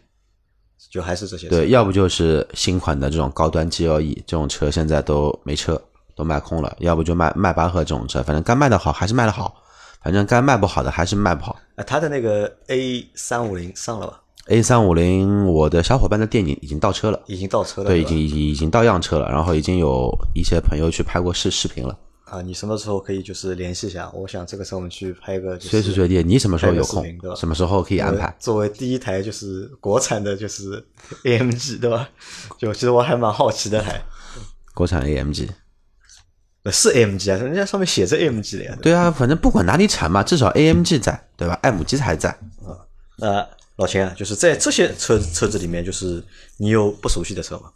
S1: 就还是这些车。
S2: 对，要不就是新款的这种高端 GLE 这种车现在都没车，都卖空了；要不就卖迈巴赫这种车，反正该卖的好还是卖的好，反正该卖不好的还是卖不好。
S1: 啊，它的那个 A 三五零上了吧？
S2: A 三五零，我的小伙伴的电影已经到车了，
S1: 已经到车了。
S2: 对，已
S1: 吧
S2: 经已经已经到样车了，然后已经有一些朋友去拍过视视频了，
S1: 啊，你什么时候可以就是联系一下？我想这个时候我们去拍个就是
S2: 随时随地，你什么时候有
S1: 拍个视频对
S2: 空，
S1: 吧
S2: 什么时候可以安排？
S1: 作为第一台就是国产的，就是 AMG 对吧？就其实我还蛮好奇的还，
S2: 国产 AMG，
S1: 呃是 AMG 啊，人家上面写着 AMG 的呀。吧
S2: 对啊，反正不管哪里产嘛，至少 AMG 在，对吧？爱姆机还在，
S1: 那老秦啊，就是在这些车车子里面，就是你有不熟悉的车吗？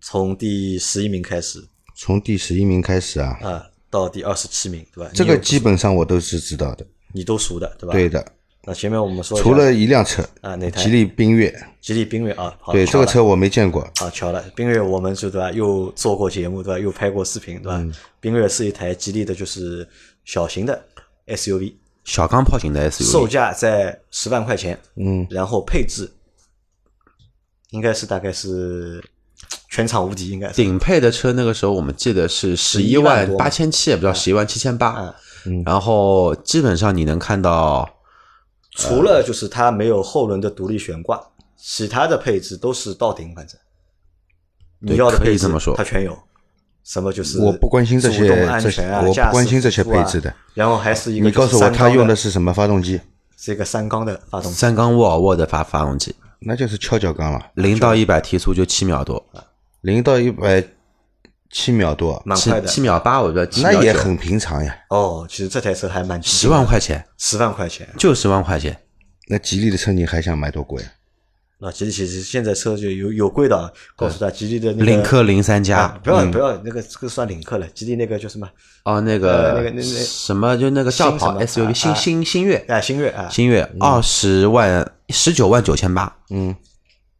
S1: 从第十一名开始
S3: 从第十一名开始啊，
S1: 啊，到第二十七名，对吧？
S3: 这个
S1: 你有
S3: 基本上我都是知道的。
S1: 你都熟的，对吧？
S3: 对。的，
S1: 那前面我们说一下
S3: 除了一辆车
S1: 啊哪台
S3: 吉利缤越，
S1: 吉利缤越啊，好
S3: 对
S1: 巧
S3: 这个
S1: 了
S3: 车我没见过。
S1: 啊，巧了，缤越我们就对吧，又做过节目对吧，又拍过视频对
S3: 嗯
S1: 吧？缤越是一台吉利的，就是小型的 SUV，
S2: 小钢炮型的 SUV，
S1: 售价在十万块钱，
S3: 嗯，
S1: 然后配置应该是大概是全场无敌，应该是
S2: 顶配的车那个时候我们记得是十一
S1: 11万
S2: 万哎
S1: 多嘛
S2: 八千七，也不知道十一万七千
S1: 嗯
S2: 八。然后基本上你能看到，
S1: 除了就是它没有后轮的独立悬挂，其他的配置都是到顶，反正你
S2: 对
S1: 要的
S2: 可以
S1: 配置
S2: 这么说
S1: 它全有。什么就是
S3: 我不关心这些
S1: 主动安全啊，
S3: 这些我不
S1: 驾驶
S3: 关心这些
S1: 辅助啊
S3: 配置的。
S1: 然后还是一个
S3: 你告诉我，它
S1: 它
S3: 用的是什么发动机？
S1: 是一个三缸的发动机，
S2: 三缸沃尔沃的发发动机，
S3: 那就是跷脚钢了，
S2: 零到一百提速就七秒多，
S3: 零到一百七秒多，
S1: 蛮
S2: 七
S1: 快的
S2: 七秒八，我觉得七秒
S3: 那也
S2: 九
S3: 很平常呀。
S1: 哦。其实这台车还蛮
S2: 十万块钱，
S1: 十万块钱，
S2: 就十万块钱。
S3: 那吉利的车你还想买多贵？啊
S1: 那吉利其实现在车就有有贵的，啊，告诉他吉利的那个
S2: 领克零三加
S1: 啊，不要不要那个这个算领克了，吉利那个叫什么？
S2: 哦，
S1: 呃那
S2: 那个
S1: 个那那
S2: 什么就那个轿
S1: 新什
S2: 跑
S1: 么
S2: SUV
S1: 啊
S2: 新新新悦
S1: 啊，星越啊，
S2: 新悦二十万十九万九千八，
S3: 嗯，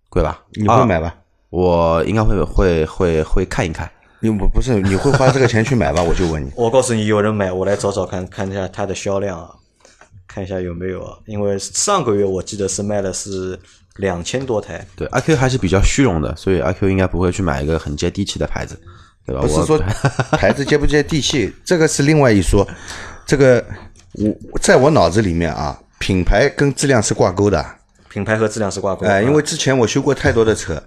S2: 贵吧？
S3: 你会
S2: 啊？
S3: 买吧？
S2: 我应该会会会会看一看。
S3: 你不不是你会花这个钱去买吧？我就问你，
S1: 我告诉你，有人买，我来找找看，看一下它的销量啊，看一下有没有啊。因为上个月我记得是卖的是两千多台，
S2: 对，阿 Q 还是比较虚荣的，所以阿 Q 应该不会去买一个很接地气的牌子，对吧？
S3: 不是
S2: 我
S3: 说牌子接不接地气，这个是另外一说。这个我在我脑子里面啊，品牌跟质量是挂钩的。
S1: 品牌和质量是挂钩的。啊
S3: 哎，因为之前我修过太多的车，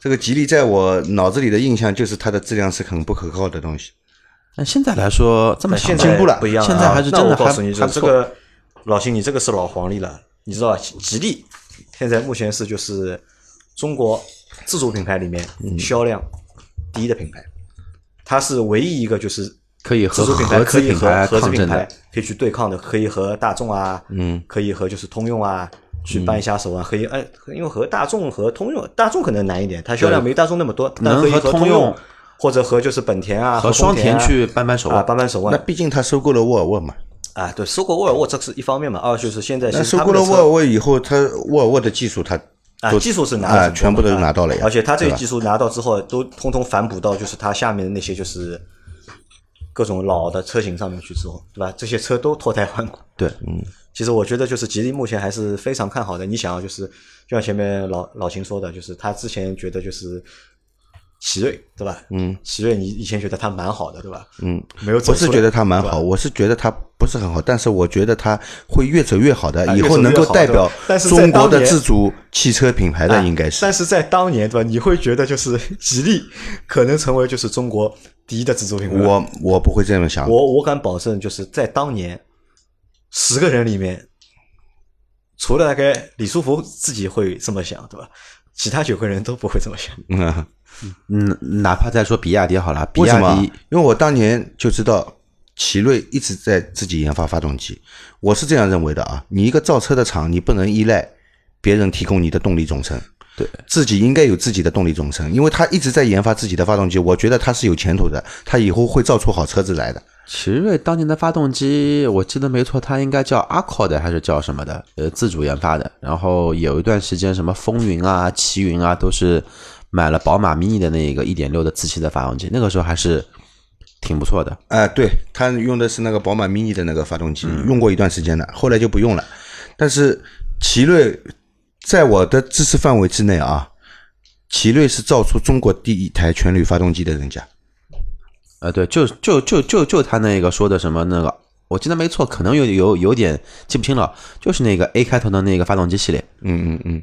S3: 这个吉利在我脑子里的印象就是它的质量是很不可靠的东西。
S2: 但现在来说这么
S1: 那
S2: 想
S1: 现在
S2: 进步了，
S1: 不一样了啊。
S2: 现在还是真
S1: 那
S2: 的
S1: 我
S2: 还
S1: 告诉你，
S2: 还
S1: 就
S2: 不
S1: 这
S2: 错。
S1: 个老秦，你这个是老黄历了，你知道吧？吉吉利现在目前是就是中国自主品牌里面销量第一的品牌，它是唯一一个就是
S2: 可以和
S1: 自主品牌
S2: 合
S1: 可
S2: 资
S1: 以
S2: 品
S1: 和
S2: 牌
S1: 合资
S2: 抗
S1: 品
S2: 争
S1: 牌
S2: 的，
S1: 可以去对抗的，可以和大众啊，嗯，可以和就是通用啊
S2: 嗯
S1: 去扳一下手啊，可以哎，因为和大众和通用，大众可能难一点，它销量没大众那么多，但
S2: 能
S1: 可以
S2: 和
S1: 和
S2: 通
S1: 通用
S2: 用
S1: 或者和就是本田啊
S2: 和
S1: 丰
S2: 双
S1: 田
S2: 田
S1: 啊
S2: 去扳扳手
S1: 啊
S2: 腕。
S1: 扳扳手
S3: 那
S1: 腕
S3: 毕竟它收购了沃尔沃嘛，
S1: 啊，对，收购沃尔沃这是一方面嘛，二就是现在
S3: 那
S1: 其实
S3: 收
S1: 他
S3: 购
S1: 们
S3: 了
S1: 的
S3: 沃尔
S1: 车
S3: 沃以后，它沃尔沃的技术它
S1: 啊
S3: 都
S1: 技术是拿了
S3: 啊
S1: 很多嘛
S3: 全部都
S1: 啊
S3: 拿到了呀，
S1: 而且他这
S3: 对
S1: 个
S3: 吧
S1: 技术拿到之后，都通通反哺到就是他下面的那些就是各种老的车型上面去做，对吧？这些车都脱胎换骨。
S2: 对，
S3: 嗯
S1: 其实我觉得就是吉利目前还是非常看好的。你想啊，就是就像前面老老秦说的，就是他之前觉得就是奇瑞，对吧？
S3: 嗯，
S1: 奇瑞你以前觉得它蛮好的，对吧？
S3: 嗯，
S1: 没有走
S3: 我
S1: 出来，
S3: 是觉得它蛮
S1: 对吧
S3: 啊好，我是觉得它不是很好，但是我觉得它会越走越好
S1: 啊
S3: 的，以
S1: 越
S3: 后
S1: 走
S3: 能
S1: 越
S3: 够
S1: 好
S3: 代
S1: 对吧
S3: 表
S1: 但是在
S3: 中国
S1: 当
S3: 的
S1: 年
S3: 自主汽车品牌的
S1: 哎
S3: 应该是。
S1: 但是在当年，对吧？你会觉得就是吉利可能成为就是中国第一的自主品牌。
S3: 我嗯我不会这么想，
S1: 我我敢保证，就是在当年十个人里面，除了大概李书福自己会这么想，对吧？其他九个人都不会这么想。
S3: 嗯，
S2: 嗯，哪怕再说比亚迪好了，比
S3: 为什
S2: 亚
S3: 么
S2: 迪？
S3: 因为我当年就知道奇瑞一直在自己研发发动机，我是这样认为的啊。你一个造车的厂，你不能依赖别人提供你的动力总成，
S2: 对
S3: 自己应该有自己的动力总成，因为他一直在研发自己的发动机，我觉得他是有前途的，他以后会造出好车子来的。
S2: 奇瑞当年的发动机，我记得没错，它应该叫 Accord 还是叫什么的，呃，自主研发的。然后有一段时间，什么风云啊、奇云啊，都是买了宝马 Mini 的那个1.6的自吸的发动机，那个时候还是挺不错的。
S3: 啊、对，他用的是那个宝马 Mini 的那个发动机，用过一段时间的，后来就不用了。但是奇瑞在我的知识范围之内啊，奇瑞是造出中国第一台全铝发动机的人家。
S2: 呃，对，就就就就就他那个说的什么那个，我记得没错，可能有有有点记不清了，就是那个 A 开头的那个发动机系列。
S3: 嗯嗯嗯，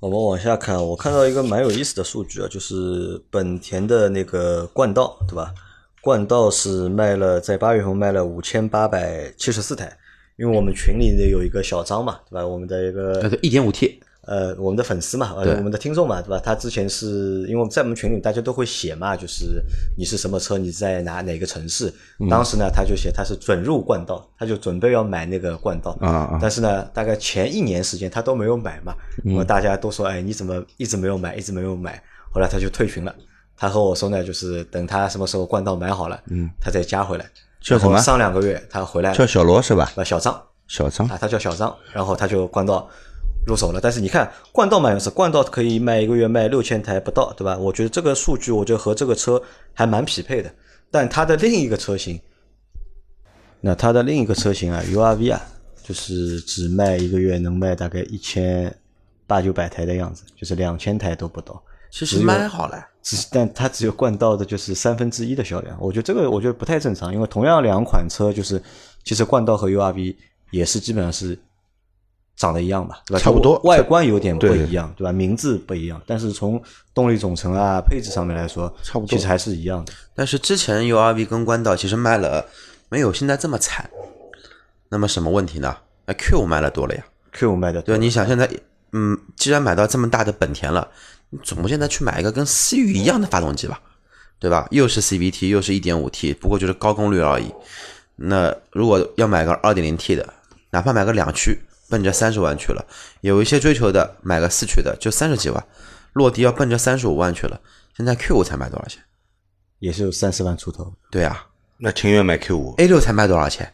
S1: 我们往下看，我看到一个蛮有意思的数据啊，就是本田的那个冠道，对吧？冠道是卖了，在八月份卖了五千八百七十四台，因为我们群里有一个小张嘛，对吧？我们的一个
S2: 呃，对，一点五 T，
S1: 呃，我们的粉丝嘛，呃
S2: 对，
S1: 我们的听众嘛，对吧？他之前是因为我们在我们群里大家都会写嘛，就是你是什么车，你在哪哪个城市。当时呢，他就写他是准入冠道，他就准备要买那个冠道
S3: 啊啊
S1: 但是呢，大概前一年时间他都没有买嘛，那么大家都说，哎，你怎么一直没有买，一直没有买？后来他就退群了。他和我说呢，就是等他什么时候冠道买好了，嗯，他再加回来。
S3: 叫什么
S1: 然后上两个月他回来了，
S3: 叫小罗是吧？
S1: 呃小张，
S3: 小张
S1: 啊，他叫小张，然后他就冠道入手了。但是你看，冠道蛮有意思，冠道可以卖一个月卖六千台不到，对吧？我觉得这个数据，我觉得和这个车还蛮匹配的。但它的另一个车型，那它的另一个车型啊，URV 啊，就是只卖一个月能卖大概一千八九百台的样子，就是两千台都不到。
S2: 其实蛮好了。
S1: 只是但它只有冠道的就是三分之一的销量，我觉得这个我觉得不太正常，因为同样两款车就是其实冠道和 URV 也是基本上是长得一样吧，对吧？
S3: 差不多
S1: 就外观有点不
S3: 对
S1: 一样，对吧？名字不一样，但是从动力总成啊、配置上面来说，
S3: 差不多
S1: 其实还是一样的。
S2: 但是之前 URV 跟官道其实卖了没有现在这么惨，那么什么问题呢？那 Q 卖了多了呀，
S1: Q 卖的
S2: 对吧？你想现在，嗯，既然买到这么大的本田了，你总不现在去买一个跟思域一样的发动机吧，对吧？又是 CVT，又是 1.5T，不过就是高功率而已。那如果要买个 2.0T 的，哪怕买个两驱，奔着三十万去了；有一些追求的买个四驱的，就三十几万，落地要奔着三十五万去了。现在 Q 才卖多少钱？
S1: 也是有三十万出头，
S2: 对啊，
S3: 那情愿买 Q 五，
S2: A 六才卖多少钱？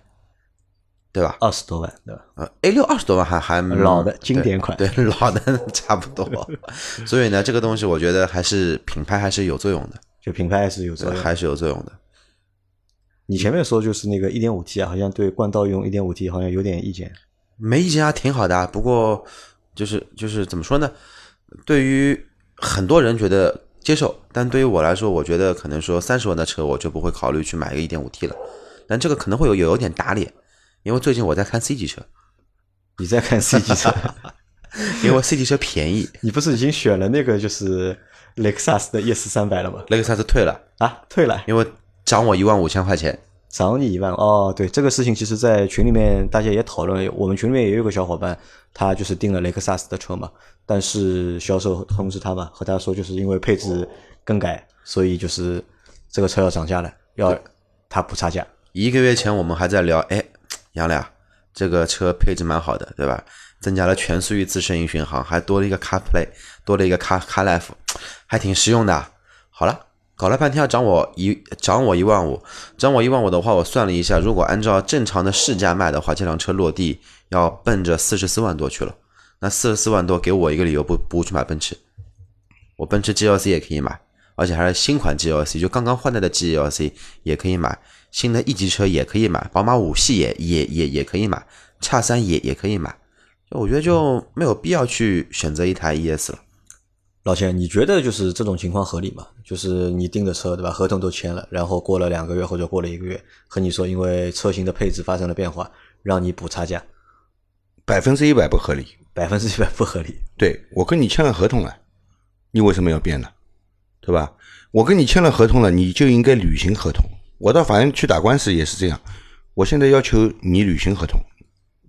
S2: 对吧？
S1: 二十多万，对吧？
S2: 呃，A 六二十多万还还
S1: 哦老的经典款
S2: 对对 老的差不 多。所以呢，这个东西我觉得还是品牌还是有作用的，
S1: 就品牌还是有作
S2: 这
S3: 呃
S1: 用。
S2: 还是有作用的。
S1: 你前面说就是那个一点五 T 啊，好像对冠道用一点五 T 好像有点意见。
S2: 没意见啊，挺好的啊。不过就是就是怎么说呢？对于很多人觉得接受，但对于我来说，我觉得可能说三十万的车我就不会考虑去买一个一点五 T 了。但这个可能会有有有点打脸，因为最近我在看 C 级车，
S1: 你再看 C 级车。
S2: 因为 C 级车便宜，
S1: 你不是已经选了那个就是雷克萨斯的 ES 三百了吗？
S2: 雷克萨斯退了，
S1: 啊，退了，
S2: 因为涨我一万五千块钱。
S1: 涨你一万哦。对，这个事情其实，在群里面大家也讨论，我们群里面也有个小伙伴，他就是订了雷克萨斯的车嘛，但是销售通知他嘛，和他说就是因为配置更改，所以就是这个车要涨价了，要他补差价。
S2: 一个月前我们还在聊，哎，杨磊啊，这个车配置蛮好的，对吧？增加了全速域自适应巡航，还多了一个 CarPlay，多了一个 Car CarLife，还挺实用的啊。好了，搞了半天要涨我一涨我一万五，涨我一万五的话，我算了一下，如果按照正常的市价卖的话，这辆车落地要奔着四十四万多去了。那四十四万多给我一个理由不不去买奔驰，我奔驰 GLC 也可以买，而且还是新款 GLC，就刚刚换代的 GLC 也可以买。新的 E 级车也可以买，宝马五系也也也也可以买，叉三也也可以买。就我觉得就没有必要去选择一台 ES 了。
S1: 老钱，你觉得就是这种情况合理吗？就是你订的车对吧，合同都签了，然后过了两个月或者过了一个月，和你说因为车型的配置发生了变化，让你补差价，
S3: 百分之一百不合理。
S1: 百分之一百不合理。
S3: 对我跟你签了合同了，你为什么要变呢？对吧？我跟你签了合同了，你就应该履行合同。我到法院去打官司也是这样，我现在要求你履行合同。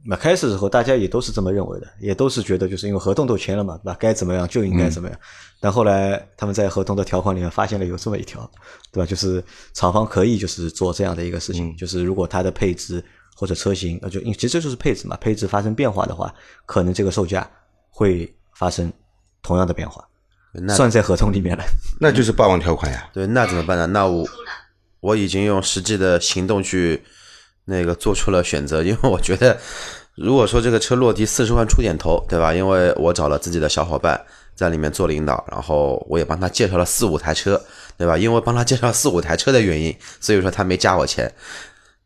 S1: 那开始的时候，大家也都是这么认为的，也都是觉得就是因为合同都签了嘛，对吧？该怎么样就应该怎么样。但后来他们在合同的条款里面发现了有这么一条，对吧？就是厂方可以就是做这样的一个事情，就是如果它的配置或者车型，呃，就因为其实就是配置嘛，配置发生变化的话，可能这个售价会发生同样的变化，
S2: 那
S1: 算在合同里面了。
S3: 那就是霸王条款呀。
S2: 对，那怎么办呢？那我我已经用实际的行动去那个做出了选择，因为我觉得，如果说这个车落地四十万出点头，对吧？因为我找了自己的小伙伴在里面做领导，然后我也帮他介绍了四五台车，对吧？因为帮他介绍四五台车的原因，所以说他没加我钱。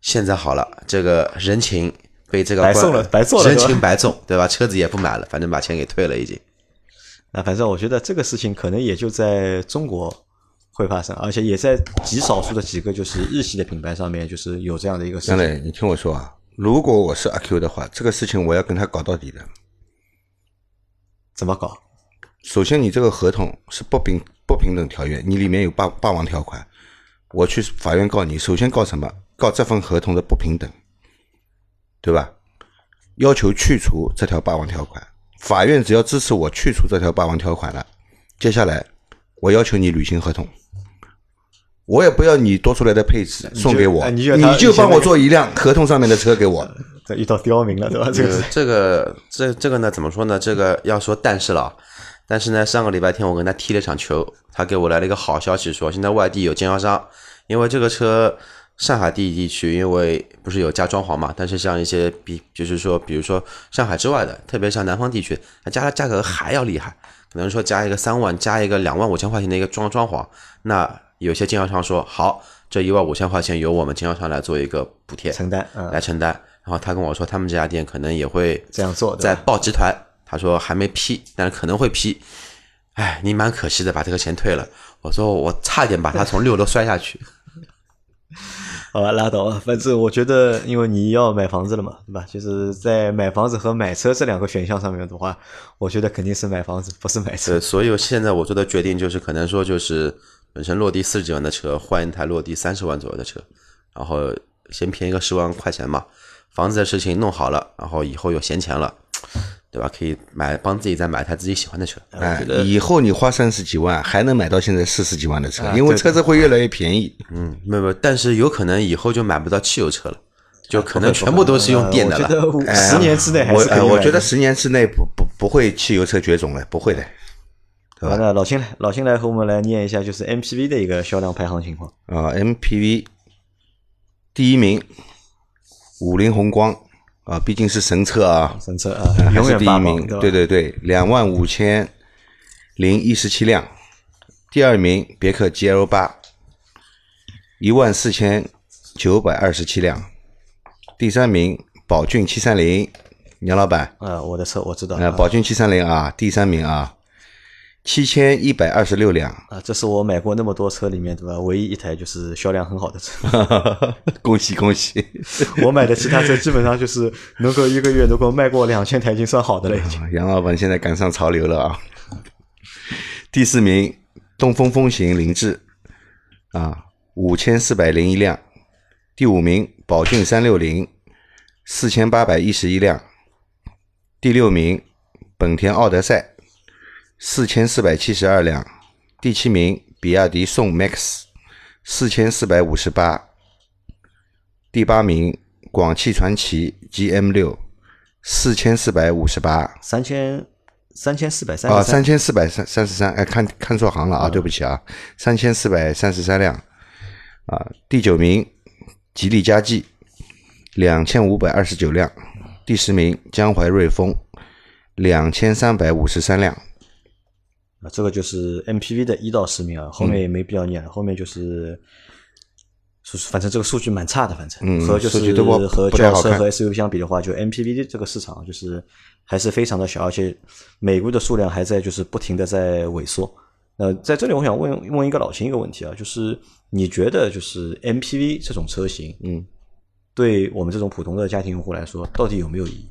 S2: 现在好了，这个人情被这个
S1: 白
S2: 官
S1: 送了白做了
S2: 人
S1: 是吧
S2: 情白送，对吧？车子也不买了，反正把钱给退了已经。
S1: 那反正我觉得这个事情可能也就在中国会发生，而且也在极少数的几个就是日系的品牌上面就是有这样的一个事
S3: 杨
S1: 情。
S3: 磊，你听我说啊，如果我是阿 Q 的话，这个事情我要跟他搞到底的。
S1: 怎么搞？
S3: 首先，你这个合同是不平不平等条约，你里面有霸霸王条款。我去法院告你，首先告什么？告这份合同的不平等，对吧？要求去除这条霸王条款。法院只要支持我去除这条霸王条款了，接下来我要求你履行合同。我也不要你多出来的配置送给我，
S1: 哎你就
S3: 你
S1: 他
S3: 就帮我做一辆合同上面的车 给我。
S1: 这遇到刁民了，对吧？这个
S2: 呃
S1: 是
S2: 这个这这个呢，怎么说呢？这个要说但是了啊，但是呢，上个礼拜天我跟他踢了场球，他给我来了一个好消息说，现在外地有经销商，因为这个车上海地地区因为不是有加装潢嘛，但是像一些比就是说，比如说上海之外的，特别像南方地区，它加的价格还要厉害，可能说加一个三万，加一个两万五千块钱的一个装装潢，那有些经销商说好，这一万五千块钱由我们经销商来做一个补贴，
S1: 承担啊、
S2: 来承担。然后他跟我说，他们这家店可能也会
S1: 这样做对
S2: 在
S1: 吧
S2: 报集团，他说还没批，但是可能会批。哎，你蛮可惜的，把这个钱退了。我说我差点把他从六楼摔下去。
S1: 好吧，拉倒吧。反正我觉得，因为你要买房子了嘛，对吧？就是在买房子和买车这两个选项上面的话，我觉得肯定是买房子，不是买车
S2: 呃，。所以现在我做的决定就是，可能说就是本身落地四十几万的车，换一台落地三十万左右的车，然后先便宜个十万块钱嘛。房子的事情弄好了，然后以后有闲钱了，对吧？可以买帮自己再买一台自己喜欢的车。
S3: 哎，以后你花三十几万还能买到现在四十几万的车，
S1: 啊
S3: 因为
S1: 对
S3: 车子会越来越便宜。
S2: 嗯，没有没有，但是有可能以后就买不到汽油车了，就可能
S1: 啊不会
S2: 全部都是用电的
S1: 呃
S2: 了。
S1: 我觉得十年之内还
S3: 我
S1: 是可以
S3: 哎，
S1: 买的
S3: 我觉得十年之内不不不会汽油车绝种了，不会的。
S1: 好
S3: 呃
S1: 吧，那老辛来，老辛来和我们来念一下，就是 MPV 的一个销量排行情况。
S3: 啊、m p v 第一名，五菱宏光啊、毕竟是神车啊，
S1: 神车啊
S3: 呃，还
S1: 永
S3: 是
S1: 远
S3: 第一
S1: 霸
S3: 名
S1: 榜，，吧
S3: 对对对，两万五千零一十七辆。第二名，别克 GL 八，一万四千九百二十七辆。第三名，宝骏七三零，杨老板，
S1: 啊，我的车我知道
S3: 呃，
S1: 啊
S3: 宝骏七三零啊，第三名啊，七千一百二十六辆，
S1: 啊，这是我买过那么多车里面对吧，唯一一台就是销量很好的车。
S3: 恭喜恭喜！
S1: 我买的其他车基本上就是能够一个月能够卖过两千台已经算好的了，已经。
S3: 啊杨老板现在赶上潮流了啊！第四名，东风风行凌志啊，五千四百零一辆；第五名，宝骏三六零，四千八百一十一辆；第六名，本田奥德赛，四千四百七十二辆；第七名，比亚迪宋 MAX，四千四百五十八；第八名，广汽传祺 GM 六。四千四百五十八，
S1: 三千三千四百三
S3: 啊，
S1: 十三，
S3: 三千四百三三十三，哎，看看错行了啊，对不起啊，三千四百三十三辆，啊，第九名吉利嘉际，两千五百二十九辆，第十名江淮瑞风，两千三百五十三辆，
S1: 啊
S3: 嗯
S1: 这个就是 MPV 的一到十名啊，后面也没必要念了，后面就是是反正这个数据蛮差的，反正、
S3: 嗯
S1: 和就
S3: 数
S1: 是
S3: 据都不
S1: 和
S3: 不太
S1: 轿
S3: 好
S1: 车
S3: 看
S1: 和 SUV 相比的话，就 MPV 这个市场啊就是还是非常的小，而且美国的数量还在就是不停的在萎缩。呃，在这里我想问问一个老秦一个问题啊，就是你觉得就是 MPV 这种车型，
S3: 嗯，
S1: 对我们这种普通的家庭用户来说，到底有没有意义？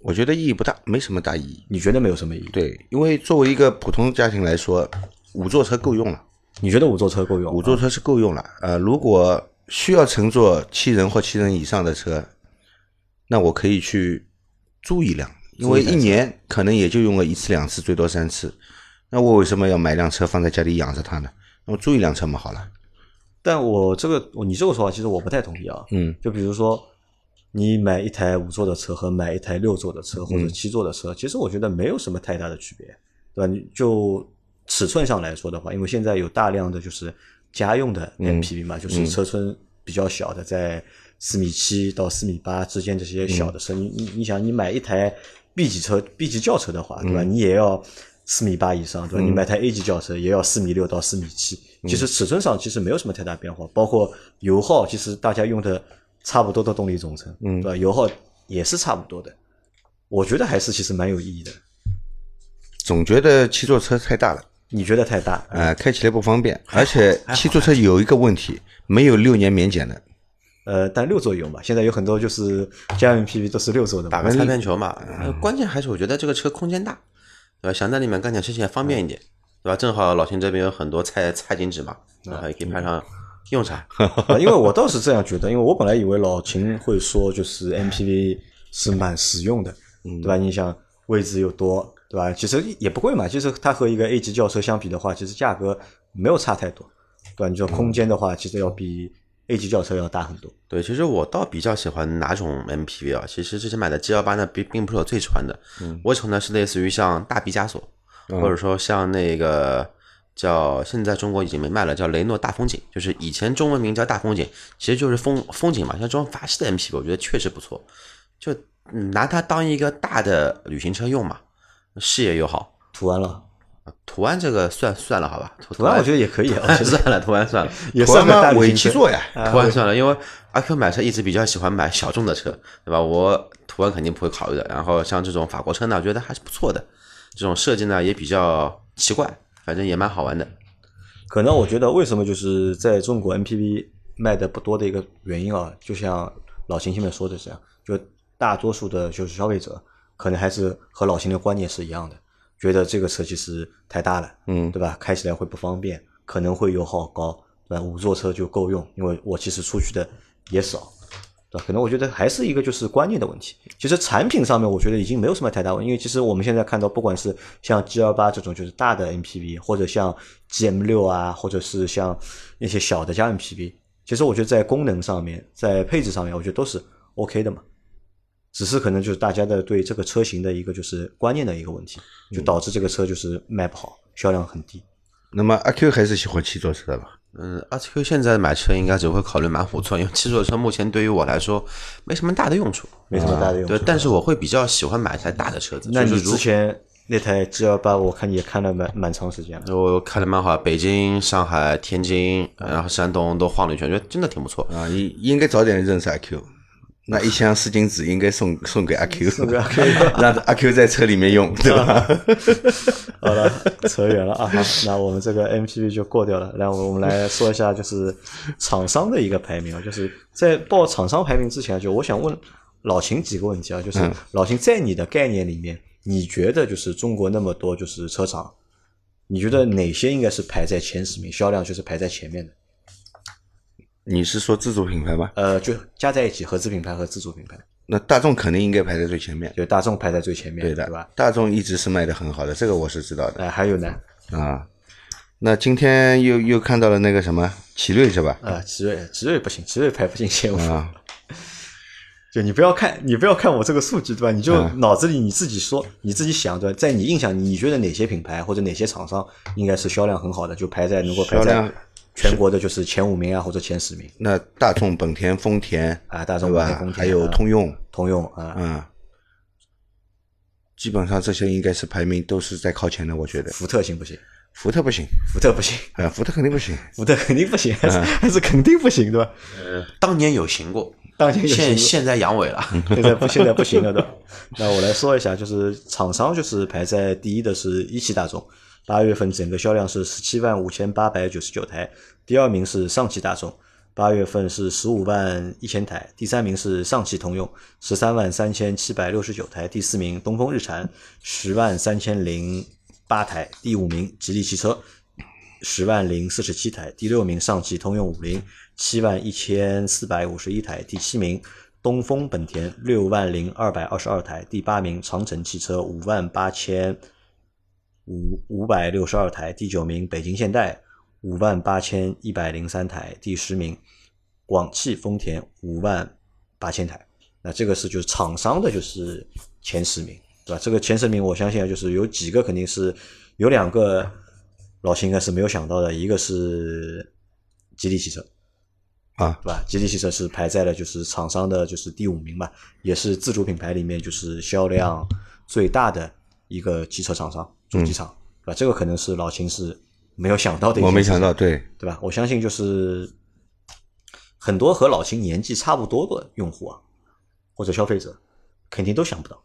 S3: 我觉得意义不大，没什么大意义。
S1: 你觉得没有什么意义？，
S3: 对，因为作为一个普通家庭来说，五座车够用了，
S1: 你觉得五座车够用？
S3: 五座车是够用了。呃，如果需要乘坐七人或七人以上的车，那我可以去租一辆，因为
S1: 租一台
S3: 一年可能也就用个一次两次，最多三次。那我为什么要买辆车放在家里养着它呢？那我租一辆车嘛，好了。
S1: 但我这个我你这个说法其实我不太同意啊。
S3: 嗯，
S1: 就比如说，你买一台五座的车和买一台六座的车或者七座的车，其实我觉得没有什么太大的区别，对吧？你就尺寸上来说的话，因为现在有大量的就是家用的 MPV 嘛，就是车身比较小的，在四米七到四米八之间这些小的车，你你你想，你买一台 B 级车、B 级轿车的话，对吧？你也要。四米八以上，对吧？你买台 A 级轿车也要四米六到四米七，其实尺寸上其实没有什么太大变化，包括油耗，其实大家用的差不多的动力总成，嗯，对吧？油耗也是差不多的，我觉得还是其实蛮有意义的。
S3: 总觉得七座车太大了，
S1: 你觉得太大？
S3: 呃，开起来不方便，而且七座车有一个问题，没有六年免检的。
S1: 呃，但六座有嘛？现在有很多就是家用 PV 都是嗯六座的
S2: 打
S1: 嘛
S2: 个。擦边球嘛。呃关键还是我觉得这个车空间大，对吧？想在里面干点事情也方便一
S1: 嗯
S2: 点，对吧？正好老秦这边有很多菜菜金纸嘛，然后也可以派上用场。
S1: 啊 因为我倒是这样觉得，因为我本来以为老秦会说就是 MPV 是蛮实用的，对吧？你想位置又多，对吧？其实也不贵嘛，其实它和一个 A 级轿车相比的话，其实价格没有差太多，对吧？你说空间的话，其实要比 A 级轿车要大很多。
S2: 对，其实我倒比较喜欢哪种 MPV 啊？其实之前买的 G 幺八呢，并并不是我最喜欢的，
S1: 嗯
S2: 我喜欢的是类似于像大毕加索，或者说像那个叫现在中国已经没卖了，叫雷诺大风景，就是以前中文名叫大风景，其实就是风风景嘛。像这种法系的 MPV，我觉得确实不错，就嗯拿它当一个大的旅行车用嘛，视野又好。
S1: 涂完了，
S2: 图案这个算算了好吧，图
S1: 涂完我觉得也可以 啊，
S2: 得算了，图案算了。
S1: 也
S3: 我
S1: 算个大
S3: 嘛，
S1: 旅
S3: 尾
S1: 行
S3: 七
S1: 车
S3: 座呀，
S2: 途安算了，因为阿 Q 买车一直比较喜欢买小众的车，对吧？我途安肯定不会考虑的。然后像这种法国车呢，我觉得还是不错的，这种设计呢也比较奇怪，反正也蛮好玩的。
S1: 可能我觉得为什么就是在中国 MPV 卖的不多的一个原因啊，就像老秦前面说的这样，就大多数的就是消费者可能还是和老秦的观念是一样的，觉得这个车其实太大了，
S3: 嗯
S1: 对吧？开起来会不方便，可能会油耗高，对吧？五座车就够用，因为我其实出去的也少。对吧，可能我觉得还是一个就是观念的问题。其实产品上面，我觉得已经没有什么太大问题，因为其实我们现在看到，不管是像 G 2 8这种就是大的 MPV，或者像 GM 6啊，或者是像那些小的家用 MPV，其实我觉得在功能上面，在配置上面，我觉得都是 OK 的嘛。只是可能就是大家的对这个车型的一个就是观念的一个问题，
S2: 嗯
S1: 就导致这个车就是卖不好，销量很低。
S3: 那么阿 Q 还是喜欢七座车的吧？
S2: 嗯，阿 Q 现在买车应该只会考虑满五座，因为七座车目前对于我来说嗯没什么大的用处，
S1: 没什么大的用处
S2: 对，但是我会比较喜欢买一台大的车子。
S1: 那
S2: 就
S1: 你
S2: 是如
S1: 之前那台 G 2 8我看你也看了蛮蛮长时间了。
S2: 我看了蛮好，北京、上海、天津，然后山东都晃了一圈，觉得真的挺不错。
S3: 啊，应应该早点认识阿 Q。那一箱湿巾纸应该 送送给阿 Q，
S1: 送给阿 Q 啊
S3: 让阿 Q 在车里 面用，对吧？
S1: 好了，扯远了啊。好那我们这个 MPV 就过掉了。来，我们来说一下就是厂商的一个排名啊，就是在报厂商排名之前啊，就我想问老秦几个问题啊，
S3: 嗯
S1: 就是老秦在你的概念里面，你觉得就是中国那么多就是车厂，你觉得哪些应该是排在前十名，销量就是排在前面的？
S3: 你是说自主品牌吗？
S1: 呃，就加在一起，合资品牌和自主品牌，
S3: 那大众肯定应该排在最前面，
S1: 就大众排在最前面，
S3: 对的，
S1: 对吧？
S3: 大众一直是卖的很好的，这个我是知道的
S1: 哎、还有呢，
S3: 啊。那今天又又看到了那个什么奇瑞是吧？
S1: 呃，奇瑞，奇瑞不行，奇瑞排不进前五。
S3: 啊，
S1: 就你不要看，你不要看我这个数据，对吧？你就
S3: 嗯
S1: 脑子里你自己说，你自己想，对吧？在你印象，你觉得哪些品牌或者哪些厂商应该是销量很好的，就排在能够排
S3: 销
S1: 在
S3: 量
S1: 全国的，就是前五名啊，或者前十名
S3: 那大众、本田、丰田，
S1: 啊，大
S3: 对
S1: 众、本田、
S3: 吧
S1: 丰？田，
S3: 还有
S1: 啊
S3: 通用，
S1: 通用啊，
S3: 啊，基本上这些应该是排名都是在靠前的，我觉得。
S1: 福特行不行？
S3: 福特不行，
S1: 福特不行，
S3: 啊，福特肯定不行。
S1: 福特肯定不行，
S3: 嗯
S1: 还是还是肯定不行，对吧？
S2: 当年有行过，
S1: 当 前有行
S2: 现
S1: 过
S2: 现在阳痿了。
S1: 现在不现在不行了的。那我来说一下，就是厂商就是排在第一的是一汽大众，八月份整个销量是十七万五千八百九十九台，第二名是上汽大众，八月份是十五万一千台，第三名是上汽通用十三万三千七百六十九台，第四名东风日产十万三千零八台，第五名吉利汽车十万零四十七台，第六名上汽通用五菱七万一千四百五十一台，第七名东风本田六万零二百二十二台，第八名长城汽车五万八千五五百六十二台，第九名北京现代五万八千一百零三台，第十名广汽丰田五万八千台。那这个是就是厂商的，就是前十名，对吧？这个前十名，我相信啊，就是有几个肯定是有两个老秦应该是没有想到的，一个是吉利汽车，
S3: 啊，
S1: 对吧？吉利汽车是排在了就是厂商的就是第五名吧，也是自主品牌里面就是销量最大的一个汽车厂商，主机厂，对吧？这个可能是老秦是没有想到的一件事情，
S3: 嗯我没想到，对，
S1: 对吧？我相信就是很多和老秦年纪差不多的用户啊，或者消费者，肯定都想不到。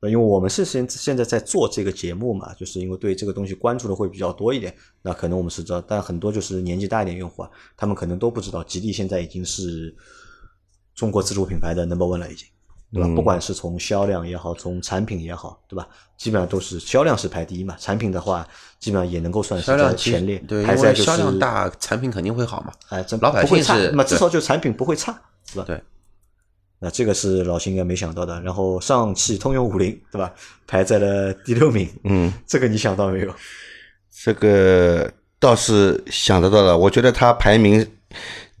S1: 那因为我们是现现在在做这个节目嘛，就是因为对这个东西关注的会比较多一点，那可能我们是知道，但很多就是年纪大一点用户啊，他们可能都不知道，吉利现在已经是中国自主品牌的 number one 了，已经，对吧？
S3: 嗯
S1: 不管是从销量也好，从产品也好，对吧？基本上都是销量是排第一嘛，产品的话，基本上也能够算是
S2: 销
S1: 在
S2: 量其实
S1: 前列，
S2: 对，
S1: 排
S2: 因
S1: 在
S2: 为
S1: 就是
S2: 销量大，产品肯定会好嘛。
S1: 哎，真
S2: 老百
S1: 不会
S2: 姓
S1: 差
S2: 是，
S1: 那么至
S2: 对
S1: 少就产品不会差，是吧？
S2: 对。
S1: 那这个是老秦应该没想到的。然后上汽通用五菱，对吧？排在了第六名，
S3: 嗯，
S1: 这个你想到没有？
S3: 这个倒是想得到了，我觉得它排名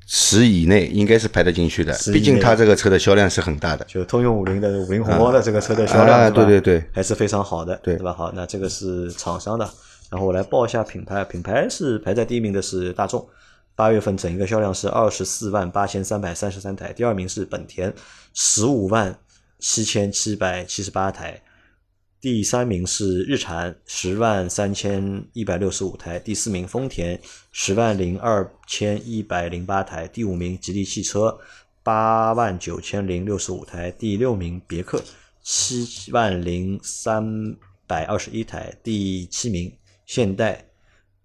S3: 十以内应该是排得进去的
S1: 10，
S3: 毕
S1: 以
S3: 竟
S1: 内
S3: 它这个车的销量是很大的。
S1: 就通用五菱的五菱宏光的这个车的销量，吧
S3: 啊对对对
S1: 还是非常好的，
S3: 对
S1: 对吧？好，那这个是厂商的，然后我来报一下品牌，品牌是排在第一名的是大众，八月份整一个销量是二十四万八千三百三十三台，第二名是本田，十五万七千七百七十八台。第三名是日产十万三千一百六十五台，第四名丰田十万零二千一百零八台，第五名吉利汽车八万九千零六十五台，第六名别克七万零三百二十一台，第七名现代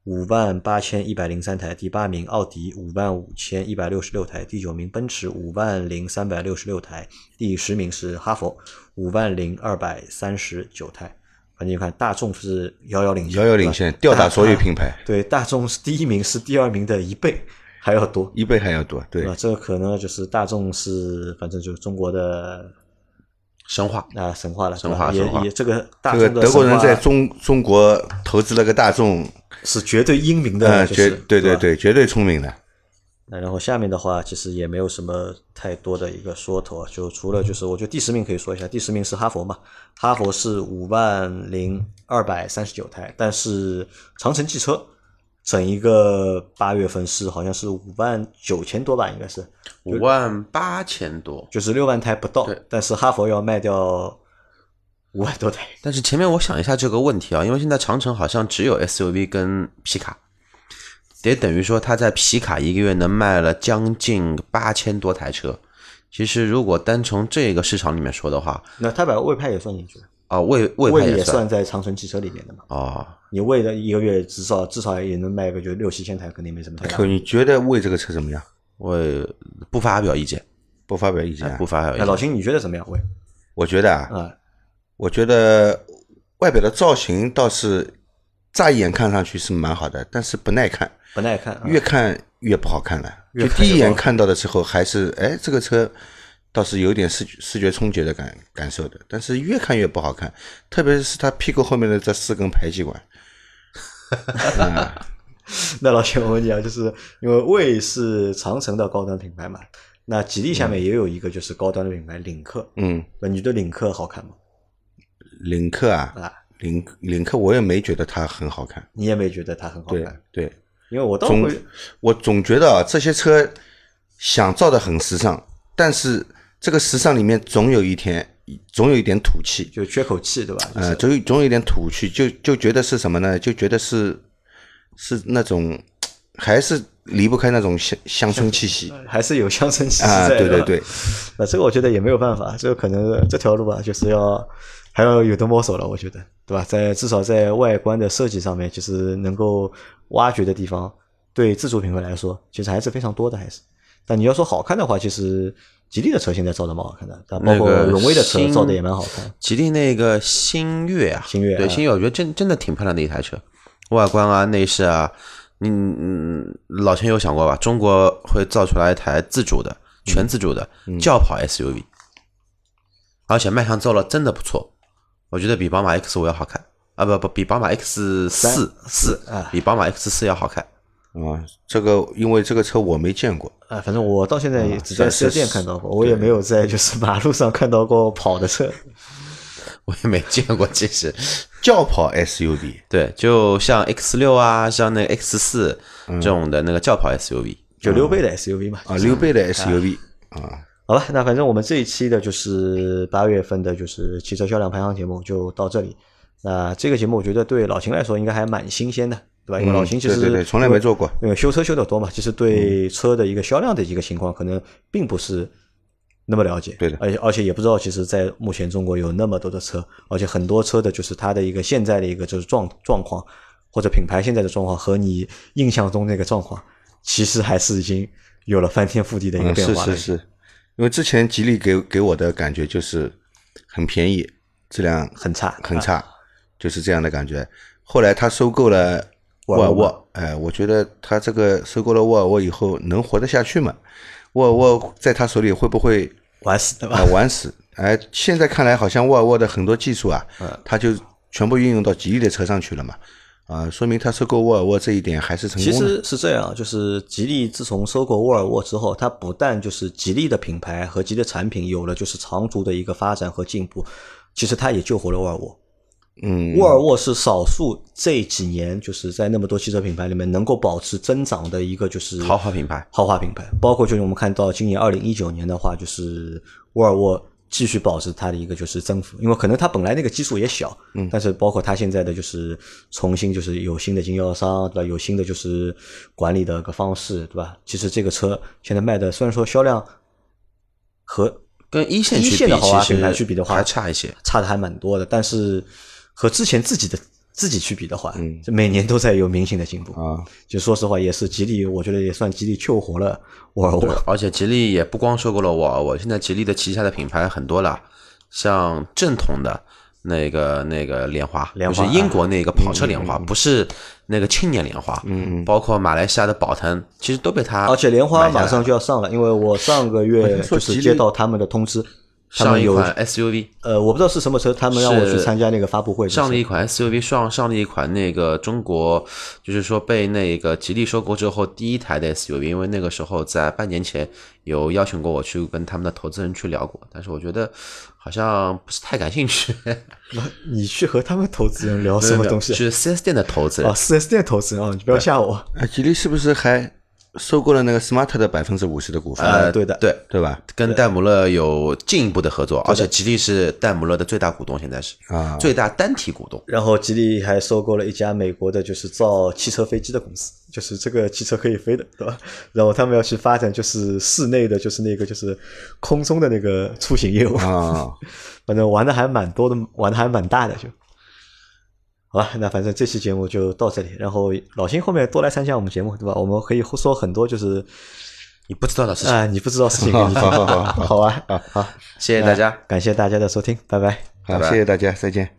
S1: 五万八千一百零三台，第八名奥迪五万五千一百六十六台，第九名奔驰五万零三百六十六台，第十名是哈佛五万零二百三十九台。反正你看，大众是遥遥领先，
S3: 遥遥
S1: 对
S3: 领
S1: 吧
S3: 先，吊打所有
S1: 大
S3: 品牌，
S1: 对，大众是第一名，是第二名的一倍还要多，
S3: 一倍还要多。对
S1: 吧？，这个可能就是大众是，反正就是中国的
S2: 神话，
S1: 啊神话了，对吧
S2: 神话神话
S1: 也也这个大
S3: 这
S1: 众
S3: 个
S1: 的
S3: 德国人
S1: 神话
S3: 在中中国投资了个大众，
S1: 是绝对英明的，
S3: 呃，
S1: 就
S3: 绝
S1: 是
S3: 对对
S1: 吧
S3: 对，绝对聪明的。
S1: 那然后下面的话，其实也没有什么太多的一个说头啊，就除了就是我觉得第十名可以说一下，第十名是哈佛嘛，哈佛是五万零二百三十九台，但是长城汽车整一个八月份是好像是五万九千多吧，应该是
S2: 五万八千多。
S1: 就是六万台不到
S2: 对，
S1: 但是哈佛要卖掉五万多台，
S2: 但是前面我想一下这个问题啊，因为现在长城好像只有 SUV 跟皮卡，也等于说它在皮卡一个月能卖了将近八千多台车。其实如果单从这个市场里面说的话，
S1: 那他把魏派也算进去了，
S2: 啊，魏魏
S1: 魏
S2: 派也
S1: 算在长城汽车里面的嘛，
S2: 哦，
S1: 你魏的一个月至少至少也能卖个就六七千台，肯定没什么太大
S3: 可你觉得为这个车怎么样？
S2: 魏不发表意见，哎
S3: 不发表意见啊。
S2: 不发表
S1: 那
S2: 意
S1: 老
S2: 见。
S1: 秦你觉得怎么样？魏
S3: 我觉得啊，
S1: 啊，
S3: 我觉得外表的造型倒是乍一眼看上去是蛮好的，但是不耐看，
S1: 不耐看啊，
S3: 越看越不好看了。
S1: 越
S3: 就
S1: 看越不好看
S3: 第一眼看到的时候，还是哎，这个车倒是有点视觉视觉冲击的感感受的，但是越看越不好看，特别是它屁股后面的这四根排气管，
S1: 那老秦，我问你啊，就是因为魏是长城的高端品牌嘛，那吉利下面也有一个就是高端的品牌领克，
S3: 嗯，
S1: 那你对领克好看吗？
S3: 领克啊，
S1: 啊，
S3: 领领克我也没觉得它很好看，
S1: 你也没觉得它很好
S3: 对
S1: 看？
S3: 对，
S1: 因为我倒
S3: 总
S1: 会，
S3: 我总觉得啊，这些车想造的很时尚，但是这个时尚里面总有一天，总有一点土气，呃
S1: 就缺口气，对吧？就是
S3: 呃，总有总有一点土气，就就觉得是什么呢？就觉得是是那种还是离不开那种乡乡村气息
S1: 还是有乡村气息
S3: 啊，
S1: 在的。
S3: 对对对，
S1: 那这个我觉得也没有办法，这个可能这条路吧，就是要还要有的摸索了，我觉得，对吧？在至少在外观的设计上面，就是能够挖掘的地方，对自主品牌来说，其实还是非常多的，还是。但你要说好看的话，其实吉利的车现在造的蛮好看的，但包
S2: 那
S1: 括
S2: 个
S1: 荣威的车
S2: 新
S1: 造的也蛮好看。
S2: 吉利那个星越啊，
S1: 星越
S2: 对
S1: 啊
S2: 星越，我觉得真真的挺漂亮的一台车，外观啊、内饰啊，嗯嗯，老钱有想过吧？中国会造出来一台自主的、
S1: 嗯
S2: 全自主的轿跑 SUV，、而且卖相做了真的不错，我觉得比宝马 X 五要好看啊，不不，比宝马 X 四四
S1: 啊
S2: 比宝马 X 四要好看。
S3: 啊，这个因为这个车我没见过，
S1: 啊，反正我到现在也只在
S3: 是
S1: 四 S 店看到过，我也没有在就是马路上看到过跑的车。
S2: 我也没见过，其实，
S3: 轿跑 SUV
S2: 对，就像 X 六啊，像那个 X 四
S1: 嗯
S2: 这种的那个轿跑 SUV，、
S1: 就溜背的 SUV 嘛，
S3: 啊，溜背的 SUV 啊，
S1: 好吧，那反正我们这一期的就是八月份的，就是汽车销量排行节目就到这里。那这个节目我觉得对老秦来说应该还蛮新鲜的，对吧？因为
S3: 嗯
S1: 老秦其实、
S3: 对对对从来没做过
S1: 因为修车修的多嘛，其实对车的一个销量的一个情况可能并不是那么了解，
S3: 对的
S1: 而且而且也不知道，其实，在目前中国有那么多的车，而且很多车的就是它的一个现在的一个就是状状况，或者品牌现在的状况和你印象中那个状况，其实还是已经有了翻天覆地的一个
S3: 嗯，
S1: 变
S3: 是
S1: 化了。
S3: 是是，因为之前吉利给给我的感觉就是很便宜，质量
S1: 很差，
S3: 很差，就是这样的感觉。后来他收购了沃尔
S1: 沃尔
S3: 沃，哎，我觉得他这个收购了沃尔沃以后能活得下去吗？沃尔沃在他手里会不会
S1: 玩死的吧？
S3: 啊玩死？哎，现在看来好像沃尔沃的很多技术啊，
S1: 嗯
S3: 他就全部运用到吉利的车上去了嘛，啊，说明他收购沃尔沃这一点还是成
S1: 其
S3: 功的。
S1: 实是这样，就是吉利自从收购沃尔沃之后，它不但就是吉利的品牌和吉利的产品有了就是长足的一个发展和进步，其实它也救活了沃尔沃。
S3: 嗯，
S1: 沃尔沃是少数这几年就是在那么多汽车品牌里面能够保持增长的一个就是
S2: 豪华品牌
S1: 豪华品牌。包括就是我们看到今年二零一九年的话，就是沃尔沃继续保持它的一个就是增幅，因为可能它本来那个基数也小，嗯，但是包括它现在的就是重新就是有新的经销商对吧，有新的就是管理的一个方式对吧？其实这个车现在卖的虽然说销量和
S2: 跟一线
S1: 一
S2: 去
S1: 线
S2: 比，
S1: 的豪华
S2: 其实
S1: 品牌去比的话
S2: 还差一些。
S1: 差的还蛮多的，但是和之前自己的自己去比的话，这每年都在有明显的进步。
S3: 啊，
S1: 就说实话，也是吉利，我觉得也算吉利救活了沃尔沃。
S2: 而且吉利也不光收购了沃尔沃，现在吉利的旗下的品牌很多了，像正统的那个那个莲花，啊
S1: 莲花
S2: 就是英国那个跑车莲花，不是那个青年莲花，嗯嗯嗯，包括马来西亚的宝腾，其实都被它
S1: 而且莲花
S2: 啊买下来
S1: 马上就要上了，因为我上个
S3: 我
S1: 月
S3: 听说
S1: 就
S3: 吉
S1: 是
S3: 利
S1: 接到他们的通知，他
S2: 上了
S1: 们
S2: 一
S1: 有
S2: 款 SUV，
S1: 呃，我不知道是什么车，他们让我去参加那个发布会的时候，
S2: 上了一款 SUV，上上了一款那个中国，就是说被那个吉利收购之后第一台的 SUV，因为那个时候在半年前有邀请过我去跟他们的投资人去聊过，但是我觉得好像不是太感兴趣。
S1: 你去和他们投资人聊哦什么东西？
S2: 是 4S 店的投资人
S1: 啊，，四 S 店投资人啊，你不要吓我。
S3: 啊吉利是不是还收购了那个 Smart 的百分之五十的股份？
S2: 哎
S1: 呃，对的，
S2: 对，
S3: 对吧？
S2: 跟戴姆勒有进一步的合作，而且吉利是戴姆勒的最大股东，现在是
S3: 啊
S2: 最大单体股东。
S1: 然后吉利还收购了一家美国的，就是造汽车飞机的公司，就是这个汽车可以飞的，对吧？然后他们要去发展就是室内的，就是那个就是空中的那个出行业务，
S3: 啊，
S1: 反正玩的还蛮多的，玩的还蛮大的就。好吧，那反正这期节目就到这里。然后老辛后面多来参加我们节目，对吧？我们可以说很多就是
S2: 你不知道的事情，
S1: 啊、你不知道事情给你 听，好吧？
S2: 谢谢大家。
S1: 感谢大家的收听，拜拜。
S3: 好，
S2: 拜
S3: 谢谢大家，再见。